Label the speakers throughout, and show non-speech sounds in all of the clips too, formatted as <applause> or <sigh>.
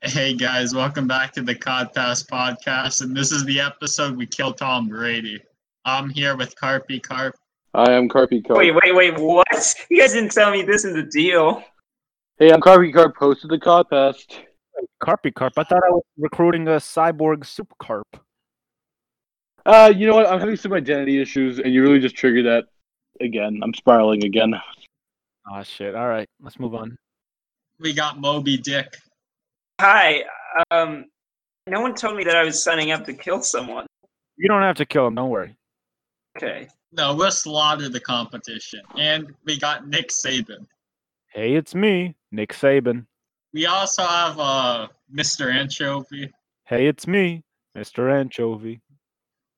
Speaker 1: Hey guys, welcome back to the Cod Pass podcast, and this is the episode we kill Tom Brady. I'm here with Carpy Carp.
Speaker 2: Hi, I'm Carpy Carp.
Speaker 3: Wait, wait, wait, what? You guys didn't tell me this is the deal.
Speaker 2: Hey, I'm Carpy Carp, host of the Codcast.
Speaker 4: Carpy Carp. I thought I was recruiting a cyborg super carp.
Speaker 2: Uh, you know what? I'm having some identity issues, and you really just triggered that again. I'm spiraling again.
Speaker 4: Ah, shit. All right, let's move on.
Speaker 1: We got Moby Dick.
Speaker 3: Hi. Um, no one told me that I was signing up to kill someone.
Speaker 4: You don't have to kill him. Don't worry.
Speaker 3: Okay.
Speaker 1: No, we'll slaughter the competition. And we got Nick Saban.
Speaker 4: Hey, it's me, Nick Saban.
Speaker 1: We also have uh, Mr. Anchovy.
Speaker 4: Hey, it's me, Mr. Anchovy.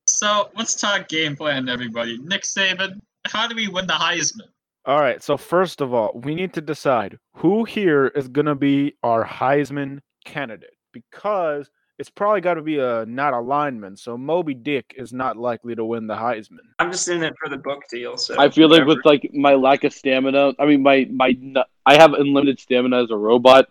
Speaker 1: So let's talk game plan, everybody. Nick Saban, how do we win the Heisman?
Speaker 4: All right. So first of all, we need to decide who here is going to be our Heisman candidate because it's probably got to be a not a lineman. So Moby Dick is not likely to win the Heisman.
Speaker 3: I'm just in it for the book deal. So
Speaker 2: I feel like
Speaker 3: whatever.
Speaker 2: with like my lack of stamina, I mean my my n- I have unlimited stamina as a robot,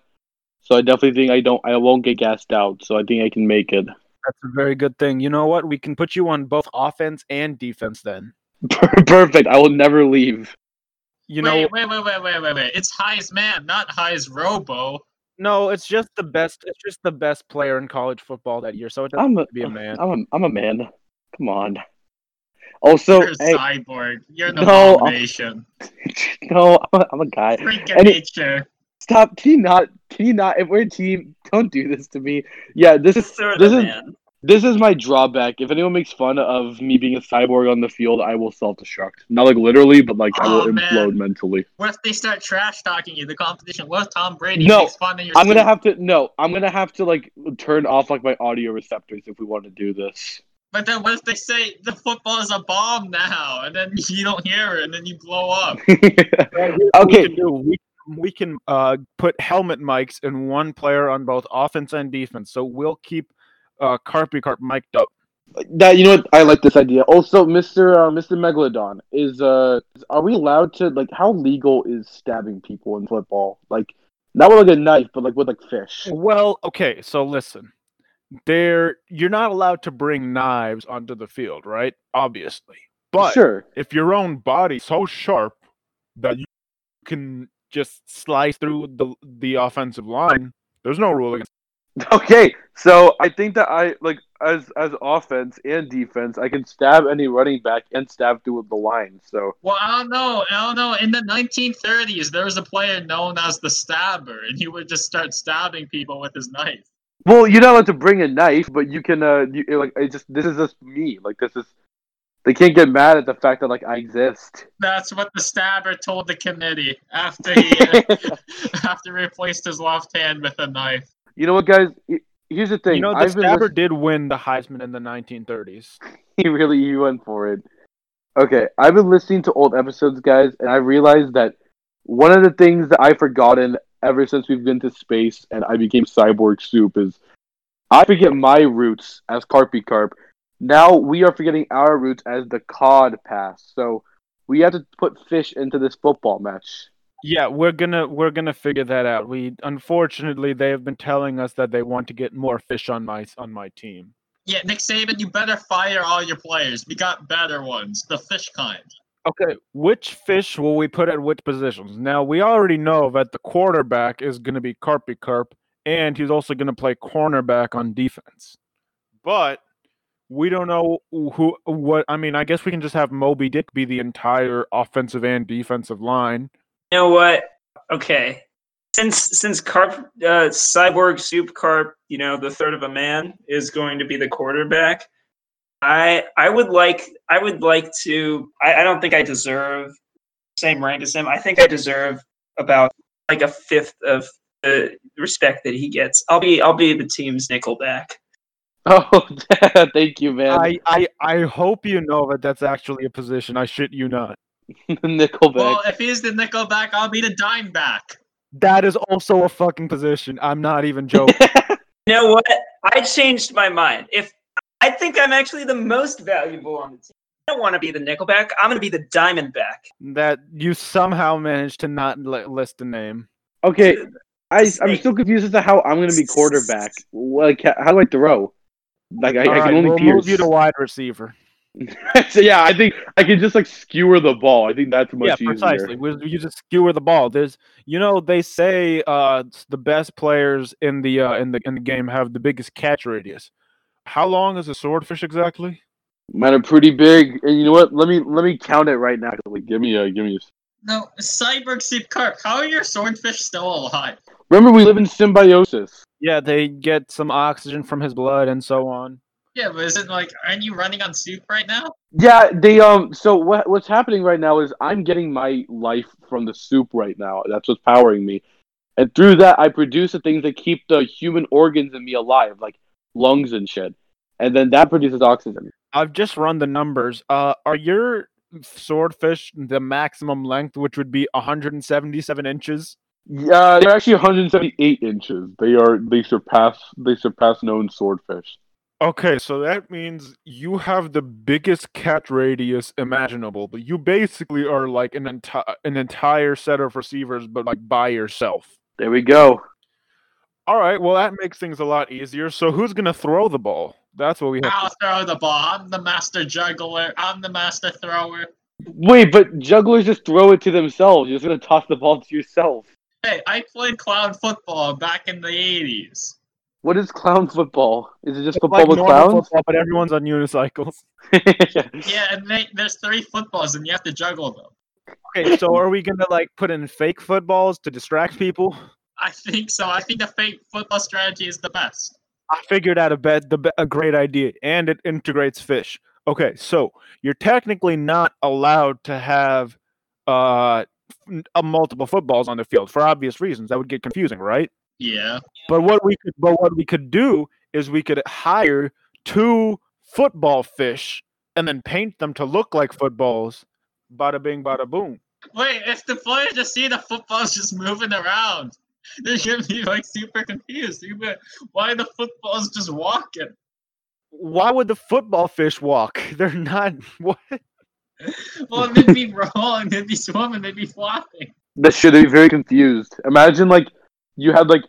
Speaker 2: so I definitely think I don't I won't get gassed out. So I think I can make it. <laughs>
Speaker 4: That's a very good thing. You know what? We can put you on both offense and defense then.
Speaker 2: Perfect. I will never leave.
Speaker 4: You know,
Speaker 1: wait, wait, wait, wait, wait, wait, wait. It's Heis Man, not Heis Robo.
Speaker 4: no, it's just the best. It's just the best player in college football that year. So it doesn't
Speaker 2: I'm a,
Speaker 4: have to be a man.
Speaker 2: I'm a, I'm a man. Come on. Also,
Speaker 1: You're a
Speaker 2: hey,
Speaker 1: cyborg. You're an
Speaker 2: No, uh, I'm-
Speaker 1: abomination.
Speaker 2: <laughs> no, I'm a, I'm a guy.
Speaker 1: Freak of
Speaker 2: and it-
Speaker 1: nature.
Speaker 2: Stop. Can you not? Can you not? If we're a team, don't do this to me. Yeah, this is
Speaker 3: Just sort of
Speaker 2: this
Speaker 3: the
Speaker 2: is-
Speaker 3: man.
Speaker 2: This is my drawback. If anyone makes fun of me being a cyborg on the field, I will self destruct. Not like literally, but like I
Speaker 3: Oh,
Speaker 1: Aw,
Speaker 2: will
Speaker 1: man.
Speaker 2: implode mentally.
Speaker 1: What if they start trash talking you? The competition. What if Tom Brady
Speaker 2: No,
Speaker 1: makes fun of your
Speaker 2: I'm gonna
Speaker 1: team?
Speaker 2: have to no, I'm gonna have to like turn off like my audio receptors if we want to do this. <laughs>
Speaker 1: But then what if they say the football is a bomb now, and then <laughs> you don't hear it, and then you blow
Speaker 2: <laughs>
Speaker 1: up?
Speaker 4: Well, here's what
Speaker 2: Okay.
Speaker 4: We can, do. We, we can uh, put helmet mics in one player on both offense and defense. So we'll keep uh, Carpy Carp mic'd up.
Speaker 2: that you know what I like this idea. Also, Mr. Uh, Mr. Megalodon is uh is- are we allowed to like how legal is stabbing people in football? Like not with like a knife, but like with like fish.
Speaker 4: Well, okay. So listen, there you're not allowed to bring knives onto the field, right? Obviously, but
Speaker 2: sure. <laughs>
Speaker 4: if your own body's so sharp that you can just slice through the the offensive line, there's no rule against.
Speaker 2: Okay, so I think that I like as as offense and defense, I can stab any running back and stab through the line. So
Speaker 1: Well, I don't know. I don't know. In the 1930s, there was a player known as the stabber, and he would just start stabbing people with his knife.
Speaker 2: well, you're not allowed to bring a knife, but you can. Uh, you, like it just this is just me. Like this is they can't get mad at the fact that like I exist.
Speaker 1: That's what the stabber told the committee after
Speaker 2: <laughs>
Speaker 1: he uh, after he replaced his left hand with a knife.
Speaker 2: you know what, guys? Y- Here's the thing.
Speaker 4: You know, the
Speaker 2: I've been
Speaker 4: stabber
Speaker 2: listening-
Speaker 4: did win the Heisman in the 1930s.
Speaker 2: <laughs> he really he went for it. Okay, I've been listening to old episodes, guys, and I realized that one of the things that I've forgotten ever since we've been to space and I became Cyborg Soup is I forget my roots as Carpy Carp. Now we are forgetting our roots as the Cod Pass. So we have to put fish into this football match. <laughs>
Speaker 4: Yeah, we're gonna we're gonna figure that out. We unfortunately they have been telling us that they want to get more fish on my on my team.
Speaker 1: Yeah, Nick Saban, you better fire all your players. We got better ones, the fish kind.
Speaker 4: Okay, which fish will we put at which positions? Now we already know that the quarterback is gonna be Carpy Carp, and he's also gonna play cornerback on defense. But we don't know who what I mean. I guess we can just have Moby Dick be the entire offensive and defensive line.
Speaker 3: You know what? Okay. Since since Carp uh, Cyborg Soup Carp, you know, the third of a man is going to be the quarterback. I I would like I would like to I, I don't think I deserve same rank as him. I think I deserve about like a fifth of the respect that he gets. I'll be I'll be the team's nickelback.
Speaker 2: Oh, <laughs> thank you, man.
Speaker 4: I, I I hope you know that that's actually a position. I shit you not.
Speaker 2: <laughs> Nickelback.
Speaker 1: Well, if he's the nickel back, I'll be the dime back.
Speaker 4: That is also a fucking position. I'm not <laughs> even joking.
Speaker 3: You know what? I changed my mind. If I think I'm actually the most valuable on the team. I don't want to be the nickelback. I'm going to be the diamondback.
Speaker 4: that you somehow managed to not li- list the name.
Speaker 2: okay, I, I'm
Speaker 3: Snake.
Speaker 2: still confused as to how I'm going to be quarterback. Like, h- how do I throw? Like, I, I
Speaker 4: Alright,
Speaker 2: can only
Speaker 4: we'll
Speaker 2: pierce. <laughs>
Speaker 4: move you to wide receiver.
Speaker 2: so, yeah, I think I can just like skewer the ball. I think that's much
Speaker 4: yeah,
Speaker 2: easier.
Speaker 4: precisely. We, you just skewer the ball. There's, you know, they say uh, s- the best players in the uh, in the in the game have the biggest catch radius. How long is a swordfish exactly?
Speaker 2: Mine are pretty big, and you know what? Let me let me count it right now. Like, give me a give me. A...
Speaker 1: No, Cyborg Soup Carp, how are your swordfish still alive?
Speaker 2: Remember, we live in symbiosis.
Speaker 4: Yeah, they get some oxygen from his blood and so on.
Speaker 1: Yeah, but is it like, aren't you running on soup right now?
Speaker 2: Yeah, they um. So what what's happening right now is I'm getting my life from the soup right now. That's what's powering me, and through that I produce the things that keep the human organs in me alive, like lungs and shit, and then that produces oxygen.
Speaker 4: I've just run the numbers. Uh, are your swordfish the maximum length, which would be 177 inches?
Speaker 2: Yeah, they're actually 178 inches. They are they surpass they surpass known swordfish.
Speaker 4: Okay, so that means you have the biggest catch radius imaginable, but you basically are like an entire an entire set of receivers, but like by yourself.
Speaker 2: There we go.
Speaker 4: All right, well that makes things a lot easier. So who's gonna throw the ball? That's what we have.
Speaker 1: I'll throw the ball. I'm the master juggler. I'm the master thrower.
Speaker 2: Wait, but jugglers just throw it to themselves. You're just gonna toss the ball to yourself.
Speaker 1: Hey, I played clown football back in the 80s.
Speaker 2: What is clown football? Is it just
Speaker 4: It's
Speaker 2: football
Speaker 4: like
Speaker 2: with
Speaker 4: normal
Speaker 2: clowns?
Speaker 4: football, but everyone's on unicycles.
Speaker 2: <laughs>
Speaker 4: <laughs>
Speaker 1: Yeah, and they, there's three footballs and you have to juggle them.
Speaker 4: Okay, so are we gonna like put in fake footballs to distract people?
Speaker 1: I think so. I think the fake football strategy is the best.
Speaker 4: I figured out a bet the be- a great idea, and it integrates fish. Okay, so you're technically not allowed to have uh, n- a multiple footballs on the field for obvious reasons. That would get confusing, right?
Speaker 1: Yeah.
Speaker 4: But what we could, but what we could do is we could hire two football fish and then paint them to look like footballs. Bada bing, bada boom.
Speaker 1: Wait, if the players just see the footballs just moving around, <laughs> they're gonna be like super confused. They be like, Why are the footballs just walking?
Speaker 4: Why would the football fish walk? <laughs> They're not. What?
Speaker 1: Well, they'd be <laughs> rolling, they'd be swimming, they'd be flopping.
Speaker 2: that should be very confused. Imagine like you had like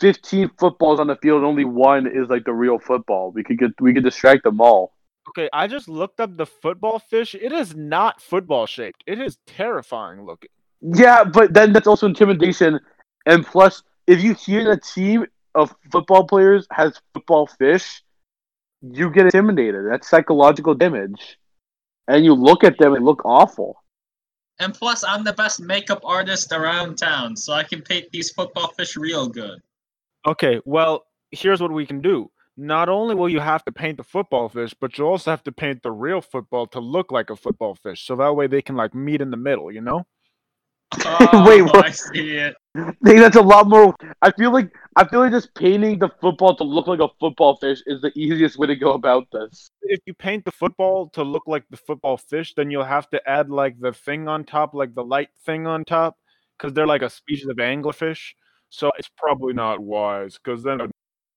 Speaker 2: fifteen footballs on the field, and only one is like the real football. We could get we could distract them all.
Speaker 4: Okay, I just looked up the football fish. It is not football shaped. It is terrifying looking.
Speaker 2: Yeah, but then that's also intimidation. And plus, if you hear that a team of football players has football fish, you get intimidated. That's psychological damage. And you look at them and look awful.
Speaker 1: And plus, I'm the best makeup artist around town, so I can paint these football fish real
Speaker 2: <laughs>
Speaker 1: good.
Speaker 4: Okay, well, here's what we can do. Not only will you have to paint the football fish, but you also have to paint the real football to look like a football fish. So that way they can like meet in the middle, you know?
Speaker 1: Oh,
Speaker 2: Wait, what?
Speaker 1: I see it.
Speaker 2: I think that's a lot more. I feel like I feel like just painting the football to look like a football fish is the easiest way to go about this.
Speaker 4: If you paint the football to look like the football fish, then you'll have to add like the thing on top, like the light thing on top, because they're like a species of anglerfish. So it's probably not wise, because then it would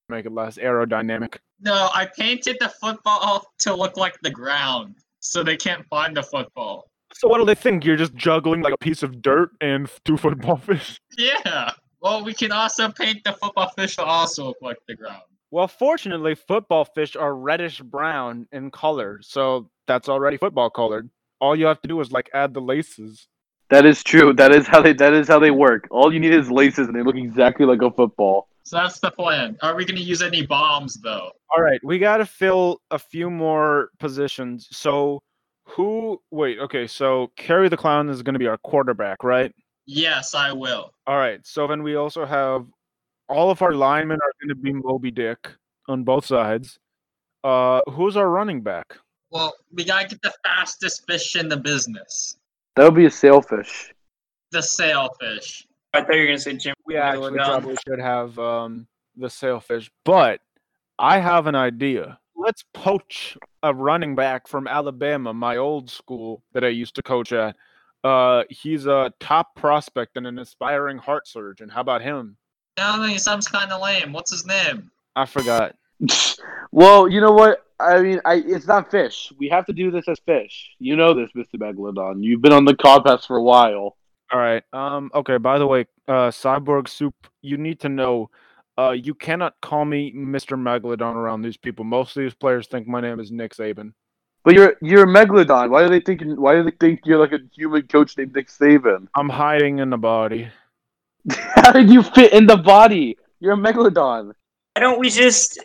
Speaker 4: make it less aerodynamic.
Speaker 1: No, I painted the football to look like the ground, so they can't find the football.
Speaker 4: So what do they think? You're just juggling like a piece of dirt and f- two football <laughs> fish?
Speaker 1: Yeah. Well, we can also paint the football fish to also look like the ground.
Speaker 4: Well, fortunately, football fish are reddish brown in color, so that's already football colored. All you have to do is like add the laces.
Speaker 2: That is true. That is how they. That is how they work. All you need is laces, and they look exactly like a football.
Speaker 1: So that's the plan. Are we going to use any bombs, though?
Speaker 4: All right, we got to fill a few more positions. So who wait, okay, so Carrie the clown is going to be our quarterback, right?
Speaker 1: Yes, I will.
Speaker 4: All right. So then we also have all of our linemen are going to be Moby Dick on both sides. Uh who's our running back?
Speaker 1: Well, we got to get the fastest fish in the business
Speaker 2: That would be a sailfish. <laughs>
Speaker 1: the sailfish.
Speaker 3: I thought you were gonna say Jim.
Speaker 4: we actually
Speaker 3: Gallagher.
Speaker 4: probably should have um, the sailfish, but I have an idea. Let's poach a running back from Alabama, my old school that I used to coach at. Uh, he's a top prospect and an aspiring heart surgeon. How about him?
Speaker 1: No, no, he sounds kind of lame. What's his name?
Speaker 4: I forgot.
Speaker 2: well, you know what? I mean, I it's not fish. We have to do this as fish. You know this, Mister Megalodon. You've been on the podcast for a while.
Speaker 4: All right. Um. Okay. By the way, uh, Cyborg Soup, you need to know, uh, you cannot call me Mr. Megalodon around these people. Most of these players think my name is Nick Saban.
Speaker 2: But you're you're a megalodon. Why do they think why do they think you're like a human coach named Nick Saban? <laughs>
Speaker 4: I'm hiding in the body.
Speaker 2: How did you fit in the body? You're a megalodon.
Speaker 3: Why don't we just?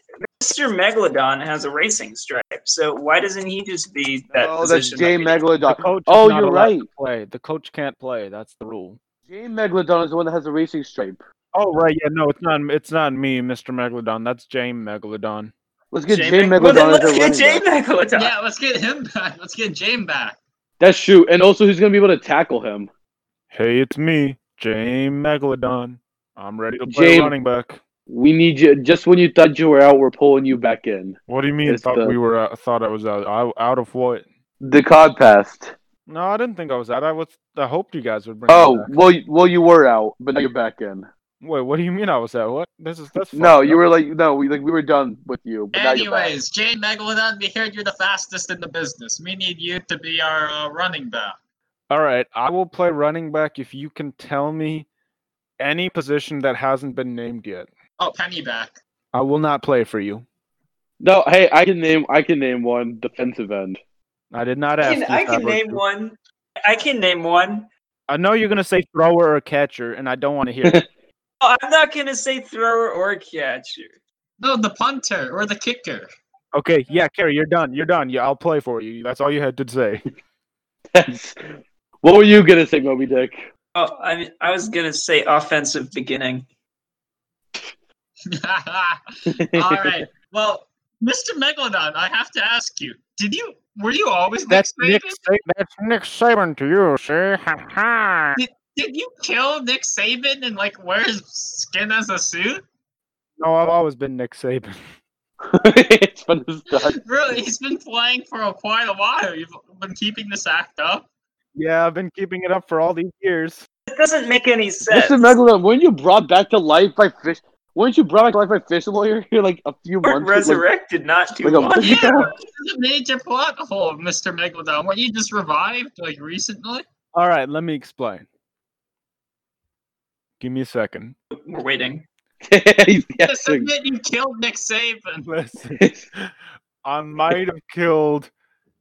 Speaker 3: Mr. Megalodon has a racing stripe, so why doesn't he just be that?
Speaker 2: oh, that's
Speaker 3: position
Speaker 2: Jay
Speaker 3: that we-
Speaker 4: The
Speaker 2: Megalodon.
Speaker 4: coach is
Speaker 2: Oh,
Speaker 4: not
Speaker 2: you're
Speaker 4: allowed
Speaker 2: right.
Speaker 4: to Play. The coach can't play. That's the rule.
Speaker 2: Jay Megalodon is the one that has a racing stripe.
Speaker 4: Oh right. Yeah. No, it's not. It's not me, Mr. Megalodon. That's James Megalodon.
Speaker 2: Let's get
Speaker 1: Jay
Speaker 2: Jay,
Speaker 1: Meg-
Speaker 3: Well, then
Speaker 2: Megalodon as
Speaker 3: let's
Speaker 2: a
Speaker 3: get
Speaker 2: running
Speaker 3: Jay
Speaker 2: back.
Speaker 3: Megalodon.
Speaker 1: Yeah, let's get him <laughs> back. Let's get Jame back.
Speaker 2: That's true. And also, he's gonna be able to tackle him.
Speaker 4: Hey, it's me, James Megalodon. I'm ready to play
Speaker 2: James-
Speaker 4: running back.
Speaker 2: We need you. Just when you thought you were out, we're pulling you back in.
Speaker 4: What do you mean?
Speaker 2: It's
Speaker 4: Thought
Speaker 2: the-
Speaker 4: we were out, thought I was out. I, out of what?
Speaker 2: The cod passed.
Speaker 4: No, I didn't think I was out. I was. I hoped you guys would bring. me
Speaker 2: Oh
Speaker 4: back.
Speaker 2: well, you- well you were out, but now you're back in.
Speaker 4: Wait, what do you mean I was at? What? This is that's
Speaker 2: No,
Speaker 4: fucked
Speaker 2: you
Speaker 4: up.
Speaker 2: were like no, we like we were done with you. But now you're back.
Speaker 1: Anyways, Jay Megalodon, we heard you're the fastest in the business. We need you to be our uh, running back.
Speaker 4: All right, I will play running back if you can tell me any position that hasn't been named yet.
Speaker 1: Oh, Penny back.
Speaker 4: I will not play for you.
Speaker 2: No, hey, I can name I can name one defensive end. <laughs>
Speaker 4: I did not
Speaker 3: I
Speaker 4: ask.
Speaker 3: can,
Speaker 4: you
Speaker 3: I
Speaker 4: if
Speaker 3: can
Speaker 4: that was
Speaker 3: name
Speaker 4: true.
Speaker 3: one. I can name one.
Speaker 4: I know you're gonna say thrower or catcher, and I don't want to hear.
Speaker 3: <laughs>
Speaker 4: it.
Speaker 3: Oh, I'm not gonna say thrower or catcher.
Speaker 1: No, the punter or the kicker. <laughs>
Speaker 4: Okay, yeah, Kerry, you're done. You're done. Yeah, I'll play for you. That's all you had to
Speaker 1: <laughs>
Speaker 4: say.
Speaker 2: That's what were you gonna say, Moby Dick?
Speaker 3: Oh, I mean, I was gonna say offensive beginning.
Speaker 1: All right. Well, Mr. Megalodon, I have to ask you: Did you were you always Nick
Speaker 4: That's Nick.
Speaker 1: Saban?
Speaker 4: Sa- that's Nick Saban to you, sir. Ha ha.
Speaker 1: Did you kill Nick Saban and like wear his skin as a suit?
Speaker 4: No, I've always been Nick Saban.
Speaker 2: <laughs>
Speaker 4: <laughs>
Speaker 2: it's fun as done.
Speaker 1: Really, he's been playing for a quite a while. You've been keeping this act up.
Speaker 4: Yeah, I've been keeping it up for all these years.
Speaker 3: It doesn't make any sense.
Speaker 2: Mr. Megalodon, weren't you brought back to life by fish? Weren't you brought back to life by fish lawyer <laughs> here like a few
Speaker 3: Weren't
Speaker 2: months ago?
Speaker 3: resurrected not too
Speaker 2: like a-
Speaker 3: long
Speaker 1: Yeah,
Speaker 3: ago.
Speaker 2: <laughs>
Speaker 1: this is a major plot hole, Mr. Megalodon. Weren't you just revived like recently?
Speaker 4: All right, let me explain. Give me a second. <laughs>
Speaker 3: We're waiting.
Speaker 2: <laughs> He's
Speaker 1: Just
Speaker 2: guessing.
Speaker 1: admit you killed Nick Saban.
Speaker 4: Listen, I might have killed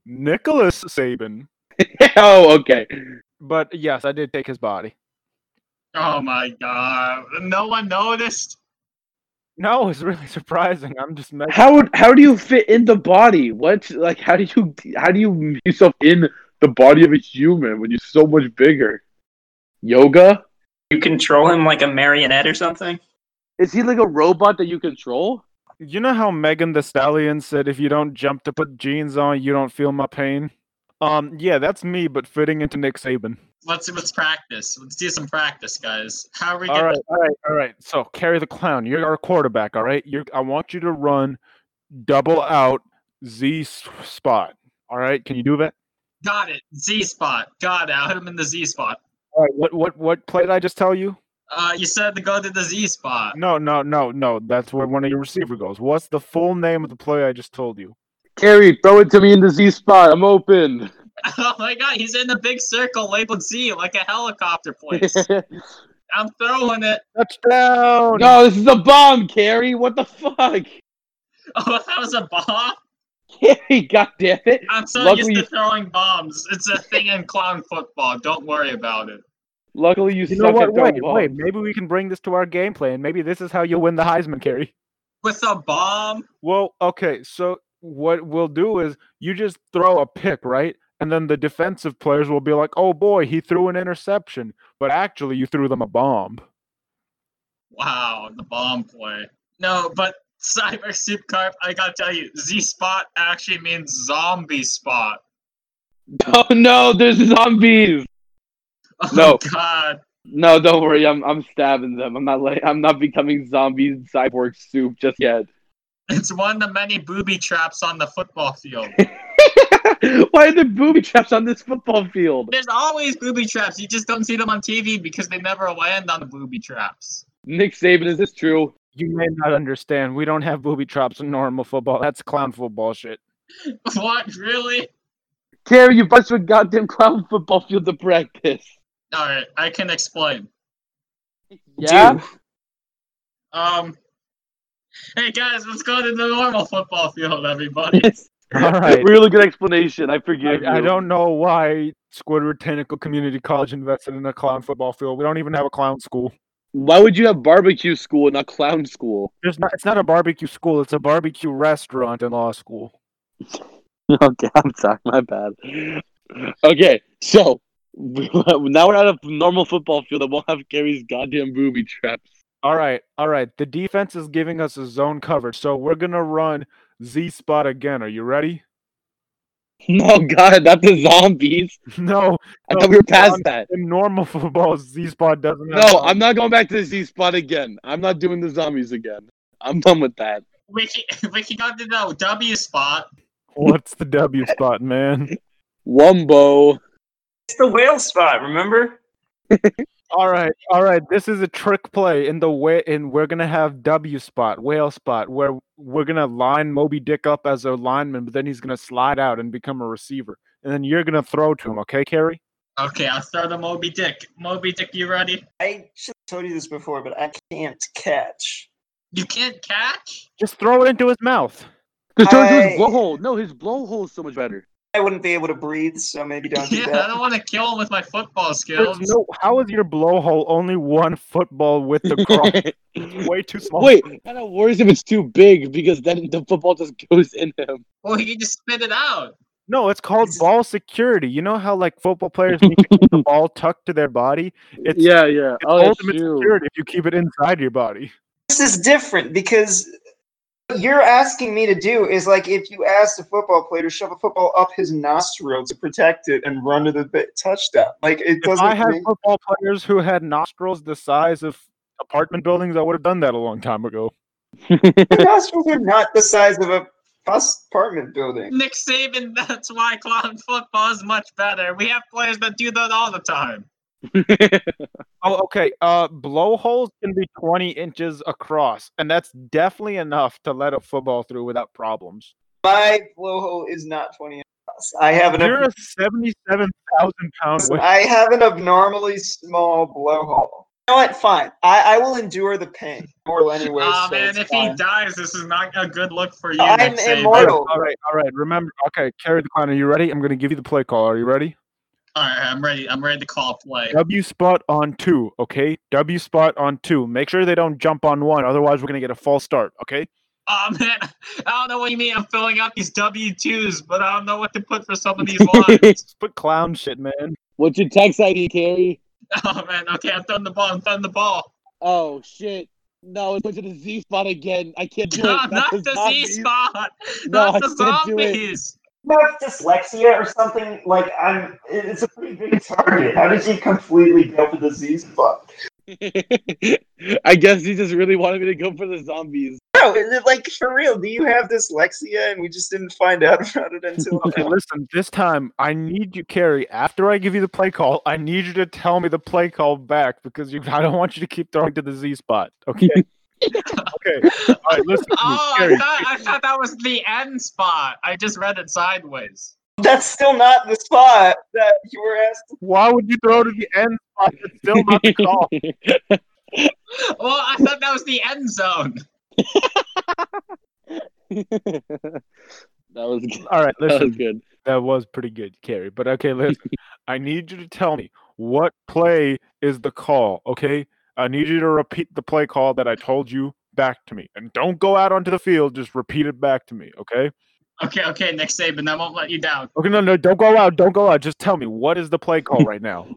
Speaker 4: Nicholas Saban,
Speaker 2: <laughs> oh, okay.
Speaker 4: but yes, I did take his body.
Speaker 1: Oh my god! No one noticed.
Speaker 4: No, it's really <laughs> surprising. I'm
Speaker 3: <laughs>
Speaker 4: just messing.
Speaker 2: How would- how do you fit in the body? What like how do you how do you yourself in the body of a human when you're so much bigger? Yoga?
Speaker 3: You control him like a marionette or something.
Speaker 2: Is he like a robot that you control?
Speaker 4: You know how Megan the Stallion said, "If you don't jump to put jeans on, you don't feel my pain." Um, yeah, that's me, but fitting into Nick Saban.
Speaker 1: Let's let's practice. Let's do some practice, guys. How are we
Speaker 4: All
Speaker 1: gonna
Speaker 4: right, all right, all right. So carry the clown. You're our quarterback. All right. You're. I want you to run double out Z s- spot. All right. Can you do that?
Speaker 1: Got it. Z spot. Got it. I hit him in the Z spot.
Speaker 4: All right. What what what play did I just tell you?
Speaker 1: Uh, you said to go to the Z spot.
Speaker 4: No, no, no, no. That's where one of your receiver goes. What's the full name of the play I just told you?
Speaker 2: Carrie, throw it to me in the Z spot. I'm open.
Speaker 1: <laughs> Oh my god, he's in the big circle labeled Z like a helicopter
Speaker 2: <laughs>
Speaker 1: place.
Speaker 2: no,
Speaker 1: I'm throwing it. <laughs>
Speaker 4: Touchdown!
Speaker 2: this is a bomb, Carrie. What the fuck? <laughs>
Speaker 1: Oh, that was a bomb.
Speaker 2: Carrie, god damn it.
Speaker 1: I'm so
Speaker 2: Luckily-
Speaker 1: used to throwing bombs. It's a thing in clown football. Don't worry about it.
Speaker 2: Luckily you,
Speaker 4: You know
Speaker 2: suck
Speaker 4: what?
Speaker 2: at throwing
Speaker 4: Wait,
Speaker 2: balls.
Speaker 4: wait. Maybe we can bring this to our gameplay, and maybe this is how you'll win the Heisman carry.
Speaker 1: With a bomb.
Speaker 4: Well, okay. So what we'll do is you just throw a pick, right? And then the defensive players will be like, "Oh boy, he threw an interception," but actually, you threw them a bomb.
Speaker 1: Wow, the bomb play. No, but Cyber Soup Carp, I gotta tell you, Z spot actually means zombie spot.
Speaker 2: <laughs>
Speaker 1: <laughs>
Speaker 2: Oh no, there's zombies.
Speaker 1: Oh
Speaker 2: No.
Speaker 1: god.
Speaker 2: No, don't worry. I'm I'm stabbing them. I'm not like I'm not becoming zombie cyborg soup just yet.
Speaker 1: It's one of the many booby traps on the football
Speaker 2: <laughs>
Speaker 1: field.
Speaker 2: Why are there booby traps on this football field?
Speaker 1: There's always booby traps. You just don't see them on TV because they never land on the booby traps.
Speaker 2: Nick Saban, is this true?
Speaker 4: You may not understand. We don't have booby traps in normal football. That's clown football shit.
Speaker 1: <laughs> What really?
Speaker 2: Carrie, you bust to a goddamn clown football field to practice.
Speaker 1: All right, I can explain.
Speaker 3: Yeah?
Speaker 1: Um, hey guys, let's go to the normal football field,
Speaker 2: <laughs>
Speaker 1: everybody.
Speaker 4: All right.
Speaker 2: Really good explanation. I forgive
Speaker 4: I, I
Speaker 2: you.
Speaker 4: don't know why Squidward Technical Community College invested in a clown football field. We don't even have a clown school.
Speaker 2: Why would you have barbecue school and not clown school?
Speaker 4: There's not, it's not a barbecue school. It's a barbecue restaurant in law school.
Speaker 2: <laughs> Okay, I'm sorry. My bad. Okay, so <laughs> now we're at a normal football field that won't have Gary's goddamn booby traps. <laughs>
Speaker 4: All right, all right. The defense is giving us a zone coverage, so we're gonna run Z spot again. Are you ready? <laughs>
Speaker 2: No, Oh, God, not the zombies.
Speaker 4: No,
Speaker 2: I
Speaker 4: No,
Speaker 2: thought we were
Speaker 4: no,
Speaker 2: past
Speaker 4: I'm-
Speaker 2: that.
Speaker 4: <laughs> in normal football, Z spot doesn't. have
Speaker 2: No, I'm not going back to the Z spot again. I'm not doing the zombies again. I'm done with that.
Speaker 1: Wiki, <laughs> Wiki got to know W spot.
Speaker 4: <laughs> What's the W
Speaker 2: <laughs>
Speaker 4: spot, man?
Speaker 2: Wumbo.
Speaker 3: It's the whale spot, remember?
Speaker 4: All right, all right. This is a trick play in the way, and we're gonna have W spot, whale spot, where we're gonna line Moby Dick up as a lineman, but then he's gonna slide out and become a receiver, and then you're gonna throw to him. Okay, Carrie?
Speaker 1: Okay, I'll throw the Moby Dick. Moby Dick, you ready?
Speaker 3: I should have told you this before, but I can't catch.
Speaker 1: You can't catch?
Speaker 4: Just throw it into his mouth.
Speaker 2: The throw into
Speaker 3: I-
Speaker 2: his blowhole. No, his blowhole is so much better.
Speaker 3: I wouldn't be able to breathe, so maybe don't
Speaker 1: <laughs>
Speaker 3: do
Speaker 1: Yeah, I
Speaker 3: that.
Speaker 1: don't want to kill him with my football skills.
Speaker 4: There's no, how is your blowhole only one football with
Speaker 2: <laughs>
Speaker 4: the <laughs> cross? way too small.
Speaker 2: Wait, kind of worries if it's too big because then the football just <laughs> goes in him.
Speaker 1: Well, he can just spit it out.
Speaker 4: No, it's called
Speaker 3: This is-
Speaker 4: ball security. You know how like football players need to <laughs> keep the ball tucked to their body. It's,
Speaker 2: yeah, yeah.
Speaker 4: it's
Speaker 2: Oh,
Speaker 4: ultimate security if you keep it inside your body.
Speaker 3: this is different because what you're asking me to do is like if you asked a football player to shove a football up his nostril to protect it and run to the bit, touchdown. Like it
Speaker 4: If
Speaker 3: doesn't.
Speaker 4: I had
Speaker 3: make- <laughs>
Speaker 4: football players who had nostrils the size of apartment buildings, I would have done that a long time ago.
Speaker 3: the nostrils are not the size of a bus apartment building.
Speaker 1: Nick Saban, <laughs> that's why clown football is much better. We have players that do that all the time.
Speaker 4: Oh, okay. Uh, blowholes can be 20 inches across, and that's definitely enough to let a football through without problems.
Speaker 3: My blowhole is not 20 inches. I have an.
Speaker 4: You're a 77,000 <laughs> pound
Speaker 3: Listen,
Speaker 4: weight.
Speaker 3: I have an abnormally small blowhole. You know what? Fine. I, I will endure the pain. Mortal anyway.
Speaker 1: Oh
Speaker 3: so
Speaker 1: man,
Speaker 3: it's
Speaker 1: if he
Speaker 3: fine.
Speaker 1: dies, this is not a good look for you,
Speaker 3: I'm
Speaker 1: Nick Saban.
Speaker 4: All right,
Speaker 3: immortal.
Speaker 4: all right, all right. Remember, okay, Carrie the Clown, are you ready? I'm going to give you the play call. Are you ready?
Speaker 1: All right, I'm ready. I'm ready to call play.
Speaker 4: W spot on two, okay? W spot on two. Make sure they don't jump on one, otherwise we're gonna get a false start, okay?
Speaker 1: <laughs> Oh man, I don't know what you mean. I'm filling out these W twos, but I don't know what to put for some of
Speaker 2: <laughs>
Speaker 1: these lines.
Speaker 4: Just put clown shit, man.
Speaker 2: What's your text ID, Carrie?
Speaker 1: oh man, okay, I'm throwing the ball. I'm throwing the ball.
Speaker 2: Oh shit. No, it's going to the Z spot again. I can't
Speaker 1: <laughs>
Speaker 2: do it.
Speaker 1: No, not the Z
Speaker 2: zombies.
Speaker 1: spot.
Speaker 2: No,
Speaker 1: Not the
Speaker 2: I can't do it.
Speaker 1: zombies.
Speaker 3: You have dyslexia or something like I'm. it- It's a pretty big target. How did you completely go for the Z spot?
Speaker 2: <laughs> I guess he just really wanted me to go for the zombies.
Speaker 3: No, is it, like for real. Do you have dyslexia and we just didn't find out about it until
Speaker 4: <laughs> Okay,
Speaker 3: now?
Speaker 4: listen, this time I need you, Carrie, after I give you the play call, I need you to tell me the play call back because you, <laughs> I don't want you to keep throwing to the Z spot, okay? okay. All right, listen. to me,
Speaker 1: Oh, I
Speaker 4: Carrie.
Speaker 1: thought, I thought that was the N spot. I just read it sideways.
Speaker 3: That's still not the spot that you were asked. To.
Speaker 4: Why would you throw to the end spot? It's
Speaker 2: <laughs>
Speaker 4: still not the call.
Speaker 1: Well, I thought that was the end zone.
Speaker 2: <laughs> that was good.
Speaker 4: All right,
Speaker 2: That
Speaker 4: listen.
Speaker 2: was good.
Speaker 4: That was pretty good, Carrie. But okay, <laughs> listen, I need you to tell me what play is the call, okay? I need you to repeat the play call that I told you back to me. And don't go out onto the field, just repeat it back to me, okay?
Speaker 1: Okay, okay, Nick Saban, I won't let you down.
Speaker 4: Okay, no, no, don't go out, don't go out. Just tell me what is the play call right <laughs> now?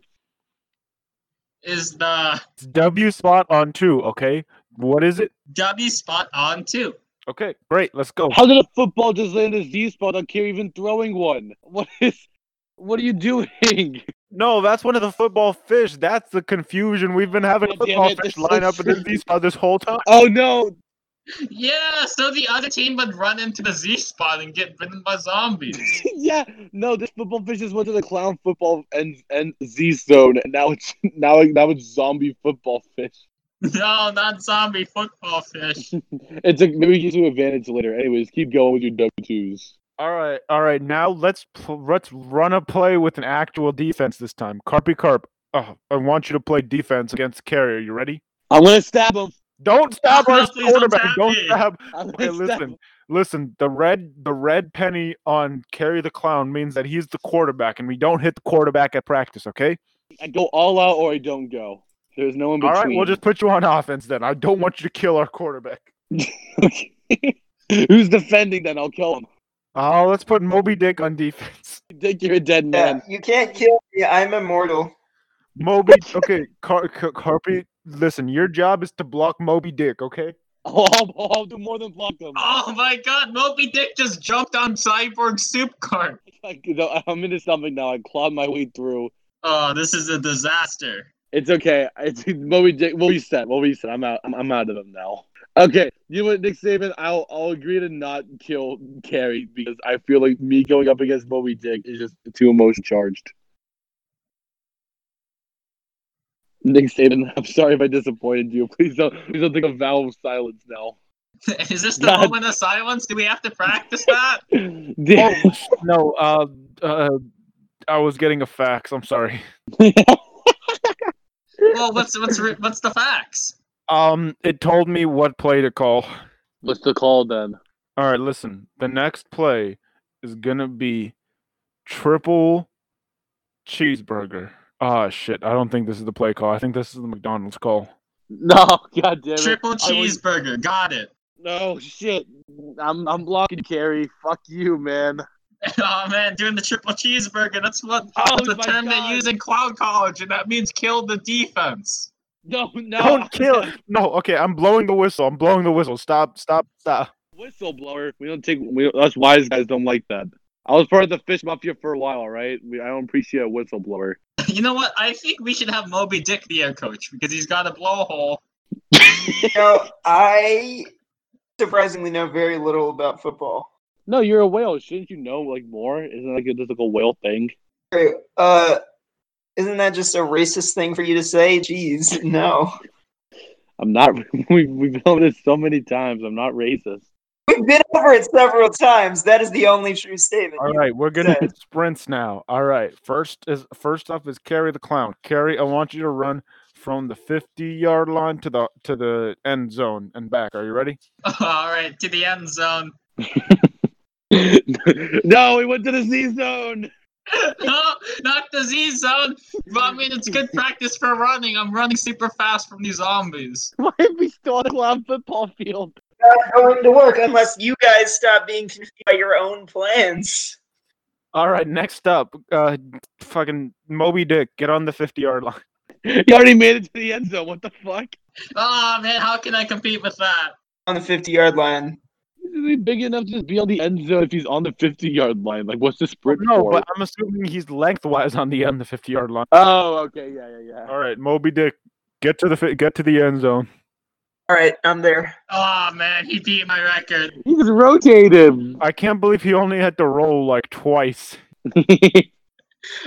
Speaker 1: Is the
Speaker 4: It's W spot on two, okay? What is it?
Speaker 1: W spot on two?
Speaker 4: Okay, great, let's go.
Speaker 2: How did a football just land a Z spot on Carrie even throwing one? <laughs> What is. What are you doing?
Speaker 4: <laughs>
Speaker 2: <laughs>
Speaker 4: No, that's one of the football fish. That's the confusion we've been having.
Speaker 2: God damn
Speaker 4: football
Speaker 2: it,
Speaker 4: fish
Speaker 2: that's so
Speaker 4: line up in
Speaker 2: <laughs>
Speaker 4: the
Speaker 2: true.
Speaker 4: Z spot this whole time.
Speaker 2: Oh no! <laughs>
Speaker 1: Yeah, so the other team would run into the Z spot and get bitten by
Speaker 2: <laughs>
Speaker 1: zombies.
Speaker 2: yeah, no. This football fish just went to the clown football and and Z zone, and now it's <laughs> now now it's zombie football fish. <laughs>
Speaker 1: no, not zombie football fish.
Speaker 2: It's a, maybe gives you advantage later. Anyways, keep going with your W twos.
Speaker 4: All right, all right. Now let's pl- let's run a play with an actual defense this time. Carpy Carp, Oh, I want you to play defense against Carrier. You ready?
Speaker 2: I'm gonna stab him.
Speaker 4: Don't stab
Speaker 1: No,
Speaker 4: our
Speaker 1: please don't
Speaker 4: quarterback.
Speaker 1: stab
Speaker 4: Don't
Speaker 1: me.
Speaker 4: stab.
Speaker 2: <laughs> I'm gonna
Speaker 4: Hey,
Speaker 2: stab
Speaker 4: listen,
Speaker 2: him.
Speaker 4: listen. The red, the red penny on Carry the Clown means that he's the quarterback, and we don't hit the quarterback at practice. Okay.
Speaker 2: I go all out or I don't go. There's no in
Speaker 4: All
Speaker 2: between.
Speaker 4: right, we'll
Speaker 2: <laughs>
Speaker 4: just put you on <laughs> offense then. I don't want you to kill our quarterback.
Speaker 2: <laughs> Who's defending? Then I'll kill him.
Speaker 4: Oh, let's put Moby Dick on defense. <laughs>
Speaker 2: Dick, you're a dead man.
Speaker 5: you can't kill me. I'm immortal.
Speaker 4: Moby, okay, Car- Car- Carpy. Listen, your job is to block Moby Dick. Okay.
Speaker 2: <laughs> I'll, I'll, I'll do more than block him.
Speaker 1: Oh my god, Moby Dick just jumped on Cyborg Soup Cart.
Speaker 2: <laughs> Like, you know, I'm into something now. I clawed my way through.
Speaker 1: Oh, this is a disaster. <laughs>
Speaker 2: It's okay. It's Moby Dick. We'll reset. We'll reset. I'm out. I'm, I'm out of them now. Okay. You know what, Nick Saban? I'll I'll agree to not kill Carrie because I feel like me going up against Moby Dick is just too emotion charged. Nick Saban, <laughs> I'm sorry if I disappointed you. Please don't please don't think of Valve silence now. <laughs>
Speaker 1: Is this the
Speaker 2: God.
Speaker 1: moment of silence? Do we have to practice that?
Speaker 2: Damn.
Speaker 4: Oh, no. Uh, uh, I was getting a fax. I'm sorry.
Speaker 1: well, what's what's re- what's the facts?
Speaker 4: Um, it told me what play to call.
Speaker 2: What's the call then?
Speaker 4: All right, listen. The next play is gonna be triple cheeseburger. Ah, shit. I don't think this is the play call. I think this is the McDonald's call.
Speaker 2: <laughs> No, god damn it.
Speaker 1: Triple
Speaker 2: I was-
Speaker 1: cheeseburger. Got it. <laughs>
Speaker 2: No shit. I'm I'm blocking Carrie. Fuck you, man.
Speaker 1: Oh man, doing the triple cheeseburger. That's what
Speaker 2: Oh
Speaker 1: that's a
Speaker 2: my
Speaker 1: term
Speaker 2: God.
Speaker 1: they use in cloud college, and that means kill the defense.
Speaker 2: No, no.
Speaker 4: Don't kill it. No, okay. I'm blowing the whistle. I'm blowing the whistle. Stop. Stop. Stop.
Speaker 2: <laughs> Whistleblower. We don't take. We, us wise guys don't like that. I was part of the fish mafia for a while, all right? We, I don't appreciate a whistleblower.
Speaker 1: You know what? I think we should have Moby Dick the air coach because he's got a blowhole. <laughs>
Speaker 5: You know, I surprisingly know very little about football.
Speaker 2: No, you're a whale. Shouldn't you know like more? Isn't it like a- just like a whale thing?
Speaker 5: Okay, Uh, isn't that just a racist thing for you to say? Jeez, no.
Speaker 2: I'm not. <laughs> We, we've known this so many times. I'm not racist.
Speaker 5: We've been over it several times. That is the only true statement.
Speaker 4: All right, we're gonna
Speaker 5: said.
Speaker 4: hit sprints now. All right, first is first up is carry the clown. Carry, I want you to run from the 50 yard line to the to the end zone and back. Are you ready?
Speaker 1: All right, to the end zone. <laughs>
Speaker 2: no, we went to the Z zone.
Speaker 1: no, Oh, not the Z zone. But I mean, it's good practice for running. I'm running super fast from these zombies.
Speaker 2: <laughs> Why are we still on a clown football field?
Speaker 5: Not going to work unless you guys stop being confused by your own plans.
Speaker 4: All right, next up, uh, fucking Moby Dick, get on the 50 yard line. <laughs>
Speaker 2: <laughs> You already made it to the end zone. What the fuck?
Speaker 1: Oh man, how can I compete with that?
Speaker 5: On the 50 yard line.
Speaker 2: Isn't he big enough to just be on the end zone if he's on the 50 yard line? Like, what's the sprint
Speaker 4: No,
Speaker 2: for?
Speaker 4: but I'm assuming he's lengthwise on the end, the 50 yard line.
Speaker 2: Oh, okay, yeah, yeah, yeah.
Speaker 4: All right, Moby Dick, get to the fi- get to the end zone.
Speaker 5: All right, I'm there.
Speaker 1: Oh man, he beat my record.
Speaker 2: He just <laughs> rotated.
Speaker 4: I can't believe he only had to roll like twice.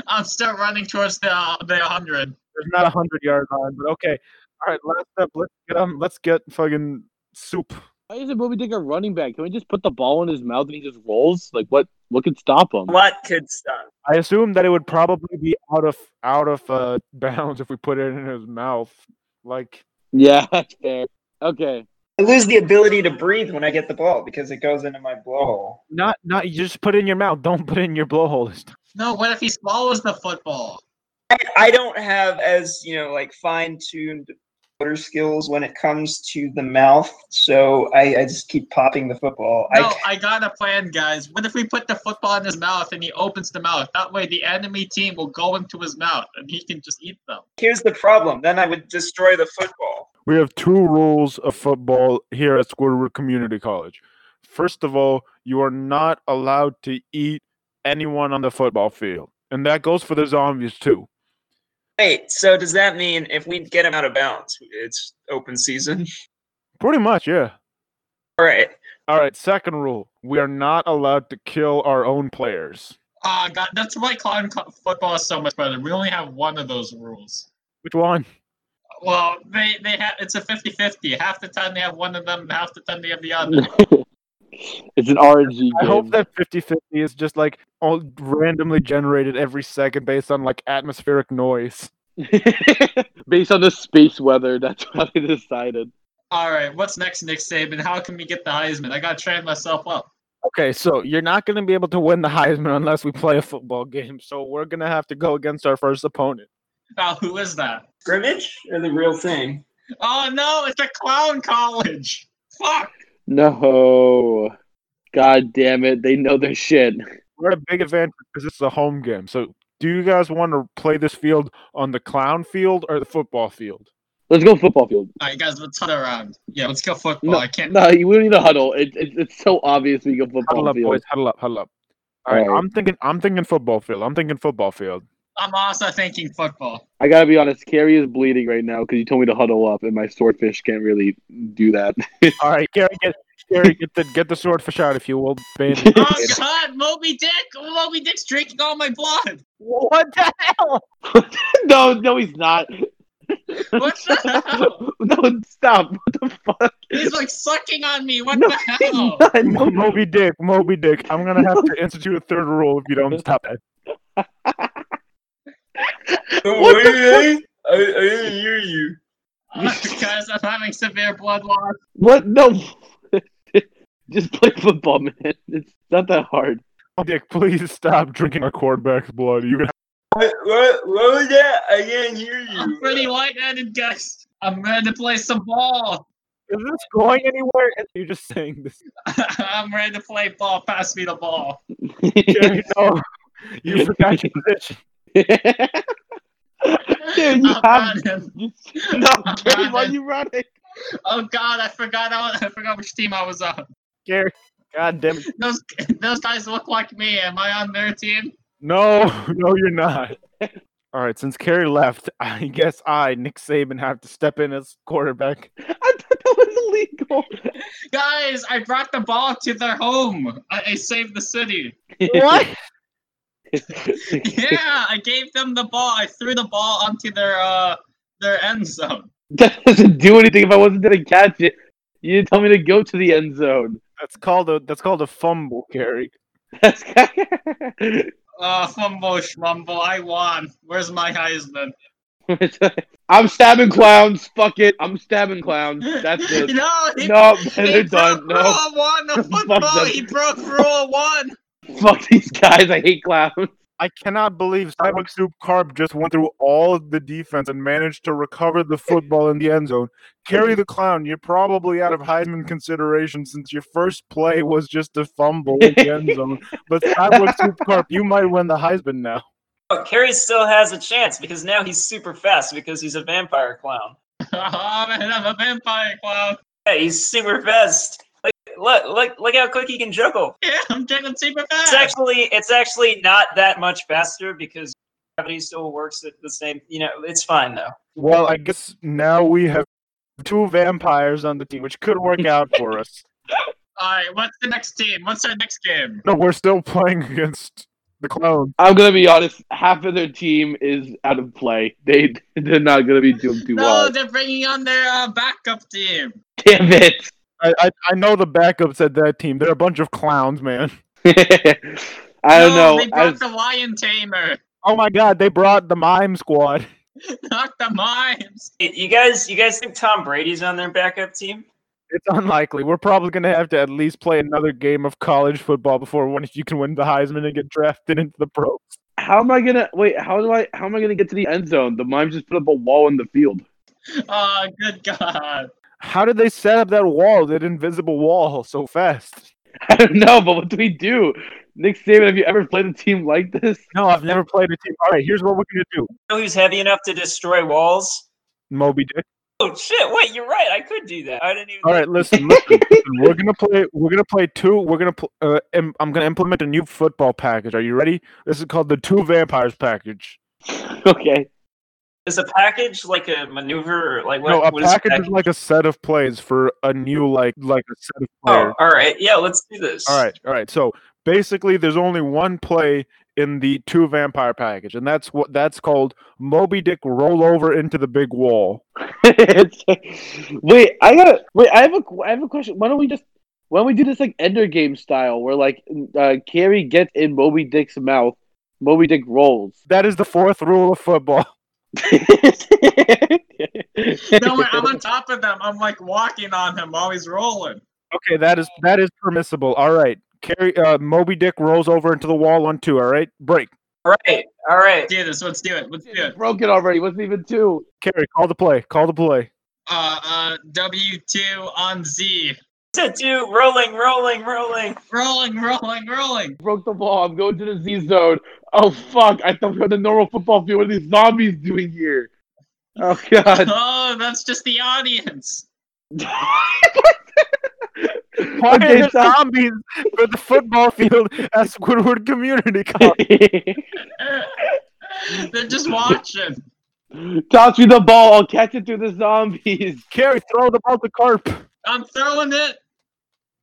Speaker 1: I'm still running towards the the hundred.
Speaker 4: There's not a hundred yard line, but okay. All right, last up, let's get um, let's get fucking soup.
Speaker 2: Why isn't Moby Dick a running back? Can we just put the ball in his mouth and he just rolls? Like, what? What could stop him?
Speaker 5: A lot could stop.
Speaker 4: I assume that it would probably be out of out of uh, <laughs> bounds if we put it in his mouth. Like
Speaker 2: Yeah, that's fair. Okay.
Speaker 5: I lose the ability to breathe when I get the ball because it goes into my blowhole.
Speaker 4: not not you just put it in your mouth. Don't put it in your blowhole this time.
Speaker 1: No, what if he swallows the football?
Speaker 5: I, I don't have as, you know, like fine tuned motor skills when it comes to the mouth. So I, I just keep popping the football.
Speaker 1: No,
Speaker 5: I,
Speaker 1: I got a plan, guys. What if we put the football in his mouth and he opens the mouth? That way, the enemy team will go into his mouth and he can just eat them.
Speaker 5: here's the problem. Then I would destroy the football.
Speaker 4: We have two rules of football here at Squidward Community College. First of all, you are not allowed to eat anyone on the football field, and that goes for the zombies too.
Speaker 5: Wait, so does that mean if we get him out of bounds, it's open season? <laughs>
Speaker 4: Pretty much, yeah.
Speaker 5: All right.
Speaker 4: All right. Second rule: we are not allowed to kill our own players.
Speaker 1: Ah, God, that's why clown co- football is so much better. We only have one of those rules.
Speaker 4: Which one?
Speaker 1: Well, they they have it's a 50-50. Half the time they have one of them, and half the time they have the
Speaker 2: <laughs>
Speaker 1: other.
Speaker 2: <laughs> It's an RNG game.
Speaker 4: I hope that 50-50 is just like all randomly generated every second based on like atmospheric noise.
Speaker 2: <laughs> Based on the space weather, that's <laughs> what I decided.
Speaker 1: All right, what's next, Nick Saban? How can we get the Heisman? I got to train myself up.
Speaker 4: Okay, so you're not going to be able to win the Heisman unless we play a football game. So we're going to have to go against our first opponent.
Speaker 1: Now, Oh, who is that?
Speaker 5: Scrimmage or the real <laughs> thing?
Speaker 1: Oh no, it's a clown college. Fuck.
Speaker 2: No. God damn it. They know their shit.
Speaker 4: We're at a big advantage because it's a home game. So do you guys want to play this field on the clown field or the football field?
Speaker 2: Let's go football field.
Speaker 1: All right, guys, let's hunt around. Yeah, let's go football. I can't.
Speaker 2: No, you don't need a huddle. It, it, it's so obvious we go
Speaker 4: Huddle
Speaker 2: football
Speaker 4: up,
Speaker 2: field.
Speaker 4: boys. Huddle up. Huddle up. All right,
Speaker 2: All right.
Speaker 4: I'm thinking. I'm thinking football field. I'm thinking football field.
Speaker 1: I'm also thinking
Speaker 2: <laughs>
Speaker 1: football.
Speaker 2: I gotta be honest, Carrie is bleeding right now because you told me to huddle up, and my swordfish can't really do that. <laughs>
Speaker 4: All right, Gary, get Gary, get the get the swordfish out if you will.
Speaker 1: <laughs>
Speaker 4: Baby.
Speaker 1: Oh God, Moby Dick! Moby Dick's drinking all my blood.
Speaker 4: what the hell?
Speaker 2: no, no, he's <laughs> not.
Speaker 1: What
Speaker 2: <laughs>
Speaker 1: the hell?
Speaker 2: no, stop. What the fuck?
Speaker 1: He's like sucking on me. What
Speaker 2: No,
Speaker 1: the
Speaker 2: He's
Speaker 1: hell?
Speaker 2: not. No,
Speaker 4: Moby Dick, Moby Dick. I'm gonna have <laughs> to institute a third rule if you don't stop that.
Speaker 2: What the
Speaker 5: Wait, I, I didn't hear you.
Speaker 1: <laughs> Because I'm having severe blood loss.
Speaker 2: What? No. <laughs> Just play football, man. It's not that <laughs> hard.
Speaker 4: Moby Dick, please stop drinking our quarterback's blood. You can
Speaker 5: What, what, what was that? I didn't hear
Speaker 1: I'm
Speaker 5: you.
Speaker 1: pretty lightheaded, guys. I'm ready to play some ball. <laughs>
Speaker 4: is this going anywhere? And you're just saying <laughs> this.
Speaker 1: I'm ready to play ball. Pass me the ball.
Speaker 4: Gary, no, <laughs> you forgot your position.
Speaker 2: Dude, you
Speaker 1: I'm
Speaker 2: have.
Speaker 1: running.
Speaker 2: You, no,
Speaker 1: I'm
Speaker 2: Gary, why
Speaker 1: running.
Speaker 2: you running?
Speaker 1: Oh God, I forgot. I, I forgot which team I was on.
Speaker 4: Gary, God damn it.
Speaker 1: Those those guys look like me. Am I on their team?
Speaker 4: No, no, you're not. All right, since Kerry left, I guess I, Nick Saban, have to step in as quarterback.
Speaker 2: I thought that was <laughs> illegal.
Speaker 1: Guys, I brought the ball to their home. I, I saved the city.
Speaker 2: <laughs>
Speaker 1: Yeah, I gave them the ball. I threw the ball onto their uh their end zone.
Speaker 2: <laughs> that doesn't do anything if I wasn't gonna catch it. You didn't tell me to go to the end zone.
Speaker 4: <laughs>
Speaker 2: <laughs>
Speaker 4: That's called a that's called a fumble, Kerry.
Speaker 2: That's
Speaker 1: Uh, fumble schmumble. I won. Where's my Heisman?
Speaker 2: I'm stabbing clowns. Fuck it. I'm stabbing clowns. That's
Speaker 1: <laughs>
Speaker 2: it.
Speaker 1: no, he,
Speaker 2: No, <laughs>
Speaker 1: he
Speaker 2: they're done.
Speaker 1: broke
Speaker 2: No,
Speaker 1: rule one.
Speaker 2: <laughs>
Speaker 1: The
Speaker 2: Fuck
Speaker 1: football.
Speaker 2: them.
Speaker 1: He broke rule
Speaker 2: <laughs>
Speaker 1: one.
Speaker 2: fuck these guys. I hate clowns.
Speaker 4: I cannot believe Cyborg Soup Carp just went through all of the defense and managed to recover the football in the end zone. Kerry the Clown, you're probably out of Heisman consideration since your first play was just a fumble in the end <laughs> zone. But Cyborg Soup Carp, you might win the Heisman now.
Speaker 3: Oh, Carrie still has a chance because now he's super fast because he's a vampire clown.
Speaker 1: Oh man, I'm a vampire clown. <laughs>
Speaker 3: Yeah, he's super fast. Like, look, look, look how quick he can juggle.
Speaker 1: Yeah, I'm juggling super
Speaker 3: It's
Speaker 1: fast.
Speaker 3: actually, it's actually not that much faster because gravity still works at the same. You know, it's fine though.
Speaker 4: Well, I guess now we have two vampires on the team, which could <laughs> work out for us.
Speaker 1: All right, what's the next team? What's our next game?
Speaker 4: No, we're still playing against the clone.
Speaker 2: I'm gonna be honest. Half of their team is out of play. They they're not gonna be doing too
Speaker 1: No,
Speaker 2: well.
Speaker 1: they're bringing on their uh, backup team.
Speaker 2: Damn it. <laughs>
Speaker 4: I, I I know the backups at that team. They're a bunch of clowns, man.
Speaker 2: I don't
Speaker 1: no,
Speaker 2: know.
Speaker 1: They brought
Speaker 2: As,
Speaker 1: the lion tamer. <laughs>
Speaker 4: Oh my god, they brought the mime squad.
Speaker 1: Not the mimes.
Speaker 3: Y- You guys, you guys think Tom Brady's on their backup team?
Speaker 4: It's unlikely. We're probably gonna have to at least play another game of college football before one you can win the Heisman and get drafted into the pros.
Speaker 2: how am I gonna wait? How do I? How am I gonna get to the end zone? The mime just put up a wall in the field.
Speaker 1: Oh, good <laughs> God.
Speaker 4: How did they set up that wall, that invisible wall, so fast?
Speaker 2: <laughs> I don't know, but what do we do? Nick Saban, have you ever played a team like this?
Speaker 4: No, I've never played a team. All right, here's what we're gonna do,
Speaker 3: You know who's heavy enough to destroy walls?
Speaker 4: Moby Dick.
Speaker 3: Oh shit! Wait, you're right. I could do that. I didn't even.
Speaker 4: All right, listen, <laughs> listen, listen. We're gonna play. We're gonna play two. We're gonna. Pl- uh, im- I'm gonna implement a new football package. Are you ready? This is called the Two Vampires package.
Speaker 2: <laughs> Okay. <laughs>
Speaker 3: Is a package like a maneuver or like what?
Speaker 4: no, a
Speaker 3: what is
Speaker 4: package is like a set of plays for a new like like a set of
Speaker 3: Oh,
Speaker 4: players.
Speaker 3: all right. Yeah, let's do this.
Speaker 4: All right, all right. So basically, there's only one play in the Two Vampire package, and that's what that's called Moby Dick roll over into the big wall.
Speaker 2: wait, I gotta wait. I have a I have a question. Why don't we just why don't we do this like Ender Game style, where like uh, Carrie gets in Moby Dick's mouth, Moby Dick rolls. <laughs>
Speaker 4: That is the fourth rule of football. <laughs>
Speaker 1: No, wait, I'm on top of them. I'm like walking on him while he's rolling.
Speaker 4: Okay, that is that is permissible. All right. Carry uh, Moby Dick rolls over into the wall on two. All right, break.
Speaker 3: All right, all right.
Speaker 1: Do this. Let's do it. Let's do
Speaker 2: It's
Speaker 1: it.
Speaker 2: broken already. Wasn't even two.
Speaker 4: Carry, call the play. Call the play.
Speaker 1: Uh, uh, W two on Z.
Speaker 3: Set two, rolling, rolling, rolling.
Speaker 1: Rolling, rolling, rolling.
Speaker 2: Broke the ball. I'm going to the Z zone. Oh fuck! I thought we were on the normal football field. What are these zombies doing here? Oh god.
Speaker 1: Oh, that's just the audience. <laughs>
Speaker 4: Why are
Speaker 2: Okay,
Speaker 4: there
Speaker 2: so-
Speaker 4: zombies for the football field at Squidward
Speaker 2: <laughs>
Speaker 4: Community College?
Speaker 1: They're just watching.
Speaker 2: <laughs> Toss me the ball. I'll catch it through the zombies. <laughs>
Speaker 4: Carry, throw the ball to Carp.
Speaker 1: I'm throwing it.